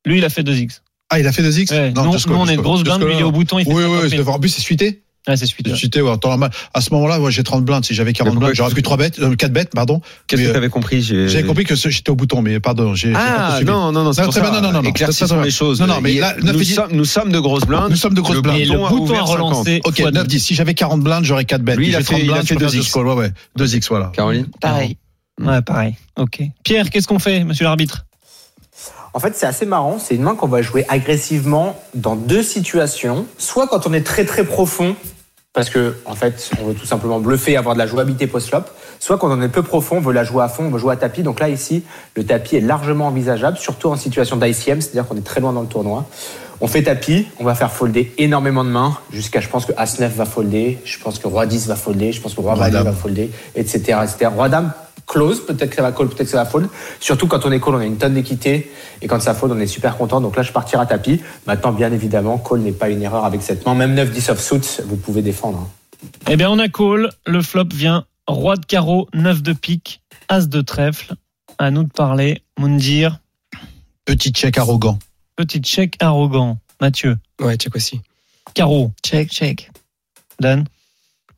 Lui, il a fait 2x. Ah, il a fait 2x Ouais. Non, nous, Just nous, Call, on est Just de Call. grosses Just blindes, Call, lui, il est au bouton, il fait Oui, 50 oui, 000. je devrais. En plus, c'est suité. Ah, c'est suite. C'est suité, ouais. Attends, À ce moment-là, ouais, j'ai 30 blindes. Si j'avais 40 pourquoi blindes, j'aurais tu- pris 3 bêtes, 4 bêtes, pardon. Qu'est-ce Mais, que euh, t'avais compris J'ai- J'avais compris que ce- j'étais au bouton, mais pardon, j'ai. j'ai pas Ah poursuivi. non non non c'est Non, pour très ça. bien, non, non, non, non. éclaircissons Ça, ça, ça, les choses non, non, mais Il- là, neuf nous, et dix- sommes, nous sommes de grosses blindes Nous sommes de grosses Le blindes. Et le bouton a bouton à ouvert 50. relancer. Ok, fois 9, 10. Si j'avais 40 blindes, j'aurais 4 bêtes. Lui, il a J'ai fait- 30 il a blindes, fait je peux faire 2x. Just Call, ouais, ouais. 2x, voilà. Caroline Pareil. Ouais, pareil. Ok. Pierre, qu'est-ce qu'on fait, monsieur l'arbitre En fait, c'est assez marrant. C'est une main qu'on va jouer agressivement dans deux situations. Soit quand on est très très profond, parce que en fait, on veut tout simplement bluffer, avoir de la jouabilité post-flop. Soit quand on est peu profond, on veut la jouer à fond, on veut jouer à tapis. Donc là, ici, le tapis est largement envisageable, surtout en situation d'ICM, c'est-à-dire qu'on est très loin dans le tournoi. On fait tapis, on va faire folder énormément de mains, jusqu'à je pense que As-9 va folder, je pense que Roi-10 va folder, je pense que Roi-Valet Roi-Dame. va folder, etc. etc. Roi-Dame close, peut-être que ça va call, peut-être que ça va fold. Surtout quand on est call, on a une tonne d'équité, et quand ça fold, on est super content. Donc là, je partirai à tapis. Maintenant, bien évidemment, call n'est pas une erreur avec cette main. Même 9-10 offsuit, vous pouvez défendre. hein. Eh bien, on a call. Le flop vient roi de carreau, 9 de pique, as de trèfle. À nous de parler. Moundir, Petit check arrogant. petit check arrogant. Mathieu, Ouais, check aussi. carreau, Check, check. Dan.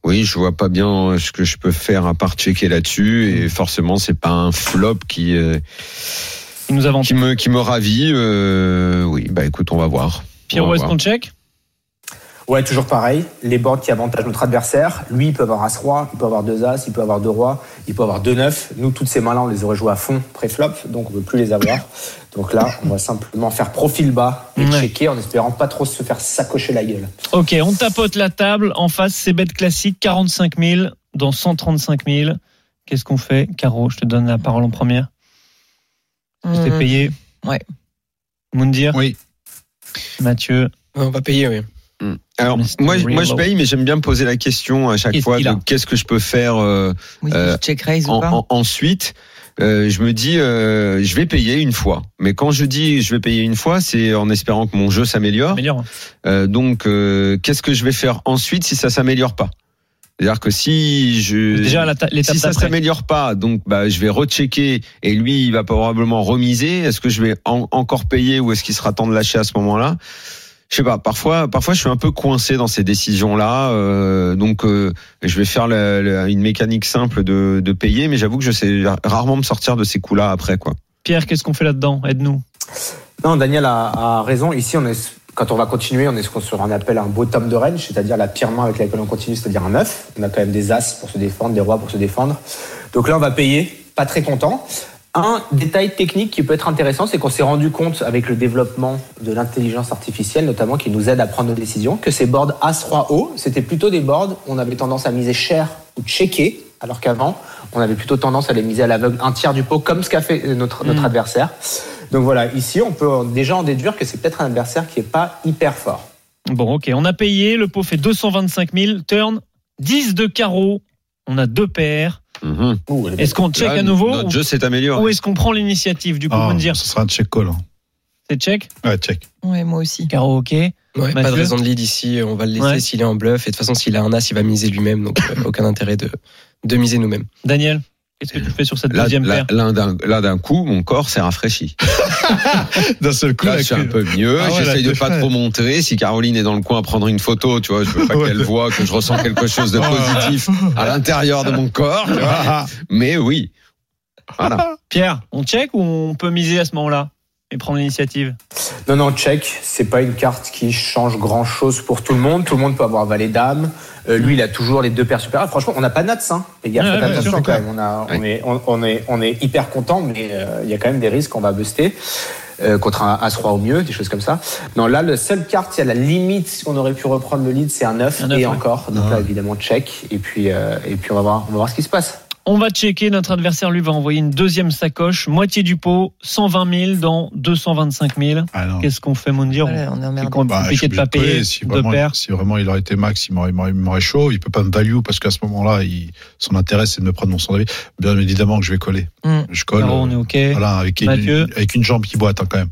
Oui, je vois pas bien euh, ce que je peux faire à part checker là-dessus Mm. et forcément c'est pas un flop qui euh, Il nous avance. qui me qui me ravit. euh, oui, bah écoute, on va voir. Pierre, On où va est-ce voir. qu'on check Ouais, toujours pareil. Les boards qui avantagent notre adversaire. Lui, il peut avoir as roi, il peut avoir deux as, il peut avoir deux rois, il peut avoir deux neufs. Nous, toutes ces mains-là, on les aurait jouées à fond pré-flop, donc on peut plus les avoir. Donc là, on va simplement faire profil bas et Ouais. checker en espérant pas trop se faire sacocher la gueule. Ok, on tapote la table. En face, c'est bête classique, 45 000 dans 135 000. Qu'est-ce qu'on fait Caro, je te donne la parole en première. Tu Mmh. t'es payé Ouais. Moundir Oui. Mathieu Ouais, On va payer, oui. Alors Mr. moi, je- moi je Rainbow. paye, mais j'aime bien me poser la question à chaque Qu'est-ce fois qu'il de a qu'est-ce que je peux faire euh, Oui, Euh, check raise ou en- pas en- ensuite. Euh, je me dis, euh, je vais payer une fois. Mais quand je dis, je vais payer une fois, c'est en espérant que mon jeu s'améliore. Meilleur. Euh, donc, euh, qu'est-ce que je vais faire ensuite si ça s'améliore pas C'est-à-dire que si je Déjà, la ta- l'étape si ça d'après. s'améliore pas, donc bah, je vais rechecker et lui il va probablement remiser. Est-ce que je vais en- encore payer ou est-ce qu'il sera temps de lâcher à ce moment-là Je sais pas. Parfois, parfois je suis un peu coincé dans ces décisions-là. euh, donc euh, je vais faire la- la- une mécanique simple de, de payer, mais j'avoue que je sais rarement me sortir de ces coups-là après quoi. Pierre, qu'est-ce qu'on fait là-dedans Aide-nous. Non, Daniel a, a raison. Ici, on est, quand on va continuer, on est ce qu'on se- on appelle un bottom de range, c'est-à-dire la pire main avec laquelle on continue, c'est-à-dire un 9. On a quand même des as pour se défendre, des rois pour se défendre. Donc là, on va payer, pas très content. Un détail technique qui peut être intéressant, c'est qu'on s'est rendu compte avec le développement de l'intelligence artificielle, notamment qui nous aide à prendre nos décisions, que ces boards As-3-O, c'était plutôt des boards où on avait tendance à miser cher ou checker, alors qu'avant, on avait plutôt tendance à les miser à l'aveugle un tiers du pot, comme ce qu'a fait euh, notre, notre adversaire. Donc voilà, ici, on peut en- déjà en déduire que c'est peut-être un adversaire qui n'est pas hyper fort. Bon, ok, on a payé. Le pot fait 225 000. Turn, 10 de carreau. On a deux paires. Mhm. Ouh, elle est Est-ce qu'on check Là, à nouveau Notre ou, jeu s'est amélioré. ou est-ce qu'on prend l'initiative Du coup, Ah, Moundir, ce sera un check call. hein. c'est check Ouais, check. Ouais, moi aussi. Caro, ok. Ouais, pas Mathieu de raison de lead ici. On va le laisser Ouais. s'il est en bluff. Et de toute façon, s'il a un as, il va miser lui-même. Donc, euh, aucun intérêt de, de miser nous-mêmes. Daniel, qu'est-ce que tu fais sur cette Là, deuxième là, paire là, d'un- là, d'un coup, mon corps s'est rafraîchi. D'un seul coup, Là, la je suis queue. un peu mieux. Ah ouais, là, J'essaye de t'es pas frais. trop montrer. Si Caroline est dans le coin à prendre une photo, tu vois, je veux pas Ouais. qu'elle voit que je ressens quelque chose de positif à l'intérieur de mon corps. tu vois. Ah, ah. Mais oui. Voilà. Pierre, on check ou on peut miser à ce moment-là et prendre l'initiative Non, non, check, c'est pas une carte qui change grand chose pour tout le monde. Tout le monde peut avoir valet dame, Euh, lui, il a toujours les deux paires supérieures. Franchement, on n'a pas de Nats, hein. Les gars, Ouais, faites ouais, attention bien sûr, quand même. On, a, on, est, on, on est, on est hyper content, mais euh, il y a quand même des risques qu'on va buster. euh, contre un As-Roi au mieux, des choses comme ça. Non, là, le seule carte, il y a la limite, si on aurait pu reprendre le lead, c'est un 9, Un neuf, et ouais. Ah. encore. Donc là, évidemment, check. Et puis, euh, et puis on, va voir, on va voir ce qui se passe. On va checker. Notre adversaire, lui, va envoyer une deuxième sacoche. Moitié du pot, 120 000 dans 225 000. Ah non. Qu'est-ce qu'on fait, Moundir Ouais, on est C'est emmerdé. qu'on Bah, je compliqué suis de obligé pas de coller. payer si, deux vraiment, paires. si vraiment il aurait été max, il m'aurait, il m'aurait- il m'aurait chaud. Il peut pas me value parce qu'à ce moment-là, il- son intérêt, c'est de me prendre mon sans-avis. Bien évidemment que je vais coller. Mm. Je colle. Caro, euh, on est OK. Voilà, avec, une, Mathieu. avec une jambe qui boite hein, quand même.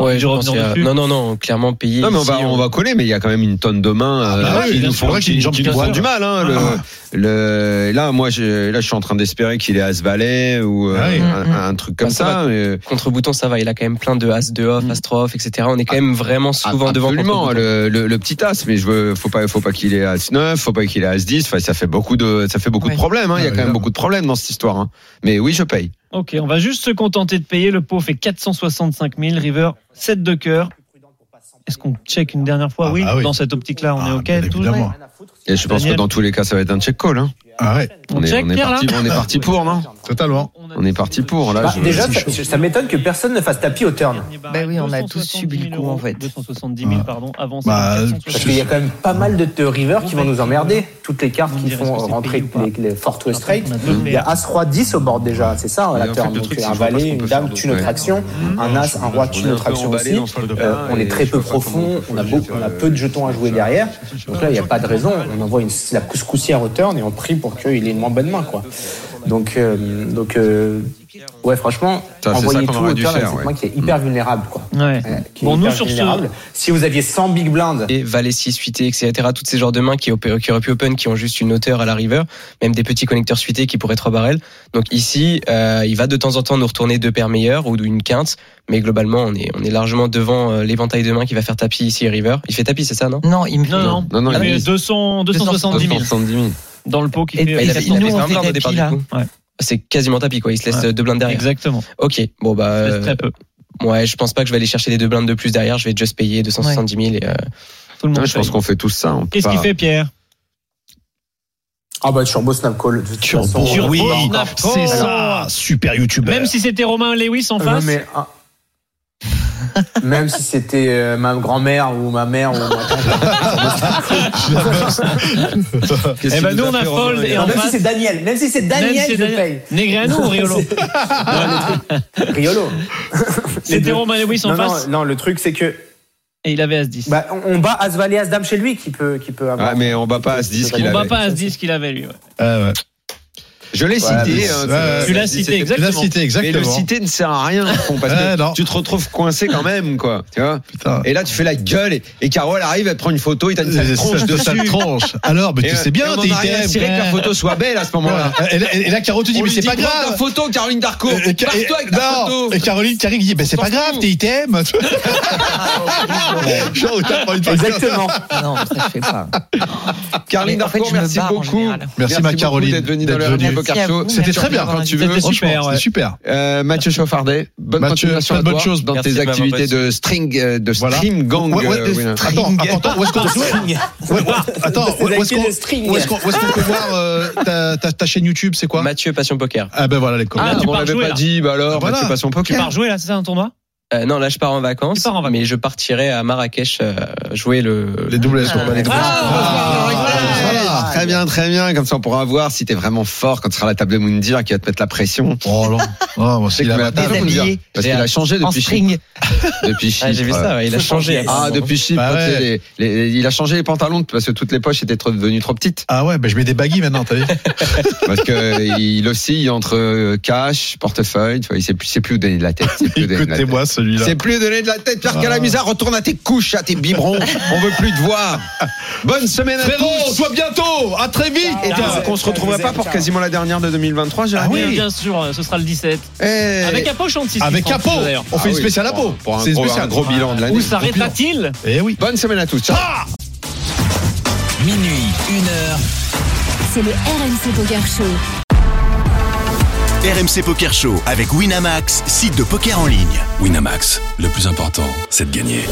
Ouais, du je pense revenir qu'il y a- dessus Non, non, non, clairement payer. Non, mais on va, ici, on va coller, mais il y a quand même une tonne de mains. Ah, euh, bah ouais, qui bien nous sûr, font- ouais, j'ai une jambe qui qui nous font boite. du mal. Hein, le, Ah. le- là, moi, je, là, je suis en train d'espérer qu'il est As-Valet ou euh, Ah oui. Mm, un, un truc comme Bah, ça ça. mais- Contre Bouton, ça va. Il a quand même plein de As de off, As 3 off, etc. On est quand Mm. Ah, même vraiment souvent devant. contre Absolument, Bouton. le, le- le petit As, mais je veux, faut pas, faut pas qu'il ait As 9, faut pas qu'il ait As 10. Enfin, ça fait beaucoup de, ça fait beaucoup Ouais. de problèmes. hein, Il y a Ah, quand même évidemment. beaucoup de problèmes dans cette histoire. hein. Mais oui, je paye. Ok, on va juste se contenter de payer. Le pot fait 465 000. River, 7 de cœur. Est-ce qu'on check une dernière fois Ah oui, bah oui. dans cette optique-là, on Ah, est bien OK. tous évidemment. Et je pense Daniel. que dans tous les cas, ça va être un check call. hein. Ah ouais, On, est, check, on est Pierre, là parti, on est parti pour, non totalement. On est parti pour. Là, Bah, je- déjà, c'est ça, ça m'étonne que personne ne fasse tapis au turn. Bah oui, on a tous subi le coup, en fait. 270 000, pardon, avancé. Bah, Parce qu'il y a quand même pas mal de, de rivers qui vont nous emmerder. Toutes les cartes qui font rentrer les, les fort ou straight. Il y a As, Roi, 10 au board déjà, c'est ça, à la Mais en turn. fait, le Donc truc, un c'est que je vois pas valet, ce qu'on une peut dame faire tue notre d'autre. action. Un As, un Roi tue notre action aussi. Euh, on est très peu profond, on a, beaucoup, on a peu de jetons à jouer derrière. Donc là, il n'y a pas de raison. On envoie une, la couscoussière au turn et on prie pour qu'il ait une moins bonne main. Quoi. Donc, euh, donc euh, ouais, franchement, Ça, c'est ça envoyer qu'on tout aurait au dû turn avec faire, cette ouais. Mm. main qui est hyper vulnérable. Quoi. Ouais. Euh, qui est Bon, nous, hyper sur ce- vulnérable. Si vous aviez 100 big blinds, Et Valet 6 suité, etc. Toutes ces genres de mains qui, opé- qui auraient pu open, qui ont juste une hauteur à la river, même des petits connecteurs suités qui pourraient trois barrels. Donc ici, euh, il va de temps en temps nous retourner deux paires meilleures ou une quinte, mais globalement, on est, on est largement devant euh, l'éventail de mains qui va faire tapis ici et river. Il fait tapis, c'est ça, non Non, il me Non, non, Non, non, Ah, il mais est 200, 270 000 270 000. dans le pot qui Et- fait. et Bah, il a- avait, nous, il avait on 20 fait blindes au départ tapis, du coup. Ouais. C'est quasiment tapis quoi. Il se laisse Ouais. euh, deux blindes derrière. Exactement. Ok, bon bah. Ça reste euh, très peu. Ouais, je pense pas que je vais aller chercher les deux blindes de plus derrière. Je vais juste payer 270 000 et euh, Tout le Non, monde. je pense paye. qu'on fait tous ça. on peut Qu'est-ce pas- qu'il fait, Pierre ah bah turbo snap call. de toute façon, on- oui, on- Snap c'est Call. ça, super youtubeur. Même si c'était Romain Lewis en Non, face. mais un- Même si c'était euh, ma grand-mère ou ma mère ou ma tante. Qu'est-ce Eh ben qu'il nous, on a fait, Romain fold et Non, en même si face. c'est Daniel, même si c'est Daniel, même si je c'est- paye. Negreanu ou Riolo Riolo. Les C'était deux. Romain Lewis en Non, non, face non, le truc c'est que et il avait As-10. bah, on on bat As Valet, As Dame chez lui qui peut, qui peut avoir. Ah, mais on bat pas à se dire qu'il on a. bat pas As-10 qu'il avait lui. ouais. Ah ouais. Je l'ai Ouais, cité. mais- hein, Ouais, c'est- Tu l'as c'est- cité, c'était- Tu l'as exactement. cité, Mais exactement. le citer ne sert à rien, Fon, parce Ouais, que non. tu te retrouves coincé quand même, quoi. Tu vois Putain. Et là, tu fais la gueule et, et Carole arrive, elle te prend une photo, il t'a une sale Euh, C'est- tronche c'est- dessus. ça te tranche. Alors, mais Et, tu euh, sais et bien, on t'es en arrive à tirer que la ITM. photo soit belle à ce moment-là. Voilà. Ah, Et là- Et là, Caro te dit, On mais lui c'est dit, pas prends grave. ta photo, Caroline Darco. Euh, et- Barre-toi avec ta non, photo. et Caroline qui arrive, qui dit, ben c'est pas s'en grave, fout. t'es ITM. Genre, autant prendre une photo. Exactement. Ah, Non, ça je fais pas. Caroline Mais en fait, Darco, je me merci barre en beaucoup. général. Merci, ma beaucoup Caroline, d'être venue dans d'être le venue. Réunion Poker Merci à Show. vous, C'était merci très bien d'avoir quand tu invité. veux. C'était super, Franchement, ouais. C'était super. Euh, Mathieu Chauffardet, bonne Mathieu, continuation plein à de toi bonnes choses. dans Merci tes de m'avoir activités reçu. de string, euh, de Voilà. stream gang. Ouais, ouais, euh, des- Winner. Attends, attends, attends, où est-ce qu'on Ouais, ouais, Attends, où C'est la est-ce qu'on clé de string. où est-ce qu'on- où est-ce qu'on peut voir euh, ta- ta ta chaîne YouTube, c'est quoi Mathieu Passion Poker. Ah ben voilà les Ah, copains. tu on pars l'avait jouer, pas là. dit, bah alors, Voilà. Mathieu Passion Tu Poker. pars jouer là, c'est ça un tournoi Euh, non, là je pars en vacances. Tu pars en vacances. Mais je partirai à Marrakech euh, jouer le. Les doubles Ah, les doubles. Ah, voilà. Très bien, très bien. Comme ça, on pourra voir si t'es vraiment fort quand tu seras à la table de Moundir qui va te mettre la pression. Oh non, oh, moi, C'est c'est qu'il la met la bataille. table de Moundir. habillé. Parce qu'il J'ai a un- changé En depuis Chypre. string. Depuis Ah, j'ai vu Chypre. ça, ouais, il a changé. apparemment. Ah, depuis Chypre, Bah quand ouais. il est- les- il a changé les pantalons parce que toutes les poches étaient trop- devenues trop petites. Ah ouais, ben je mets des baguilles maintenant, t'as vu Parce que il oscille entre euh, cash, portefeuille, tu vois, il sait plus, sait plus où donner de la tête. C'est plus où donner de la tête. Écoutez-moi celui-là. C'est plus où donner de la tête. Pierre Ah. Calamusa, retourne à tes couches, à tes biberons. On veut plus te voir. Bonne semaine à tous. voit bientôt, à très vite. Et donc, Ah, on se retrouvera pas pour quasiment la dernière de 2023, Jérémy. oui, bien sûr, ce sera le 17. Eh. Avec Apo Chantis. Avec Franck, Capo, d'ailleurs. on fait une Ah oui, spéciale à peau. Pour un, C'est gros, spécial. un gros bilan de l'année. Où s'arrêtera-t-il Eh oui. Bonne semaine à tous. Ciao. Minuit, 1 heure. C'est le RMC Poker Show. RMC Poker Show avec Winamax, site de poker en ligne. Winamax, le plus important, c'est de gagner.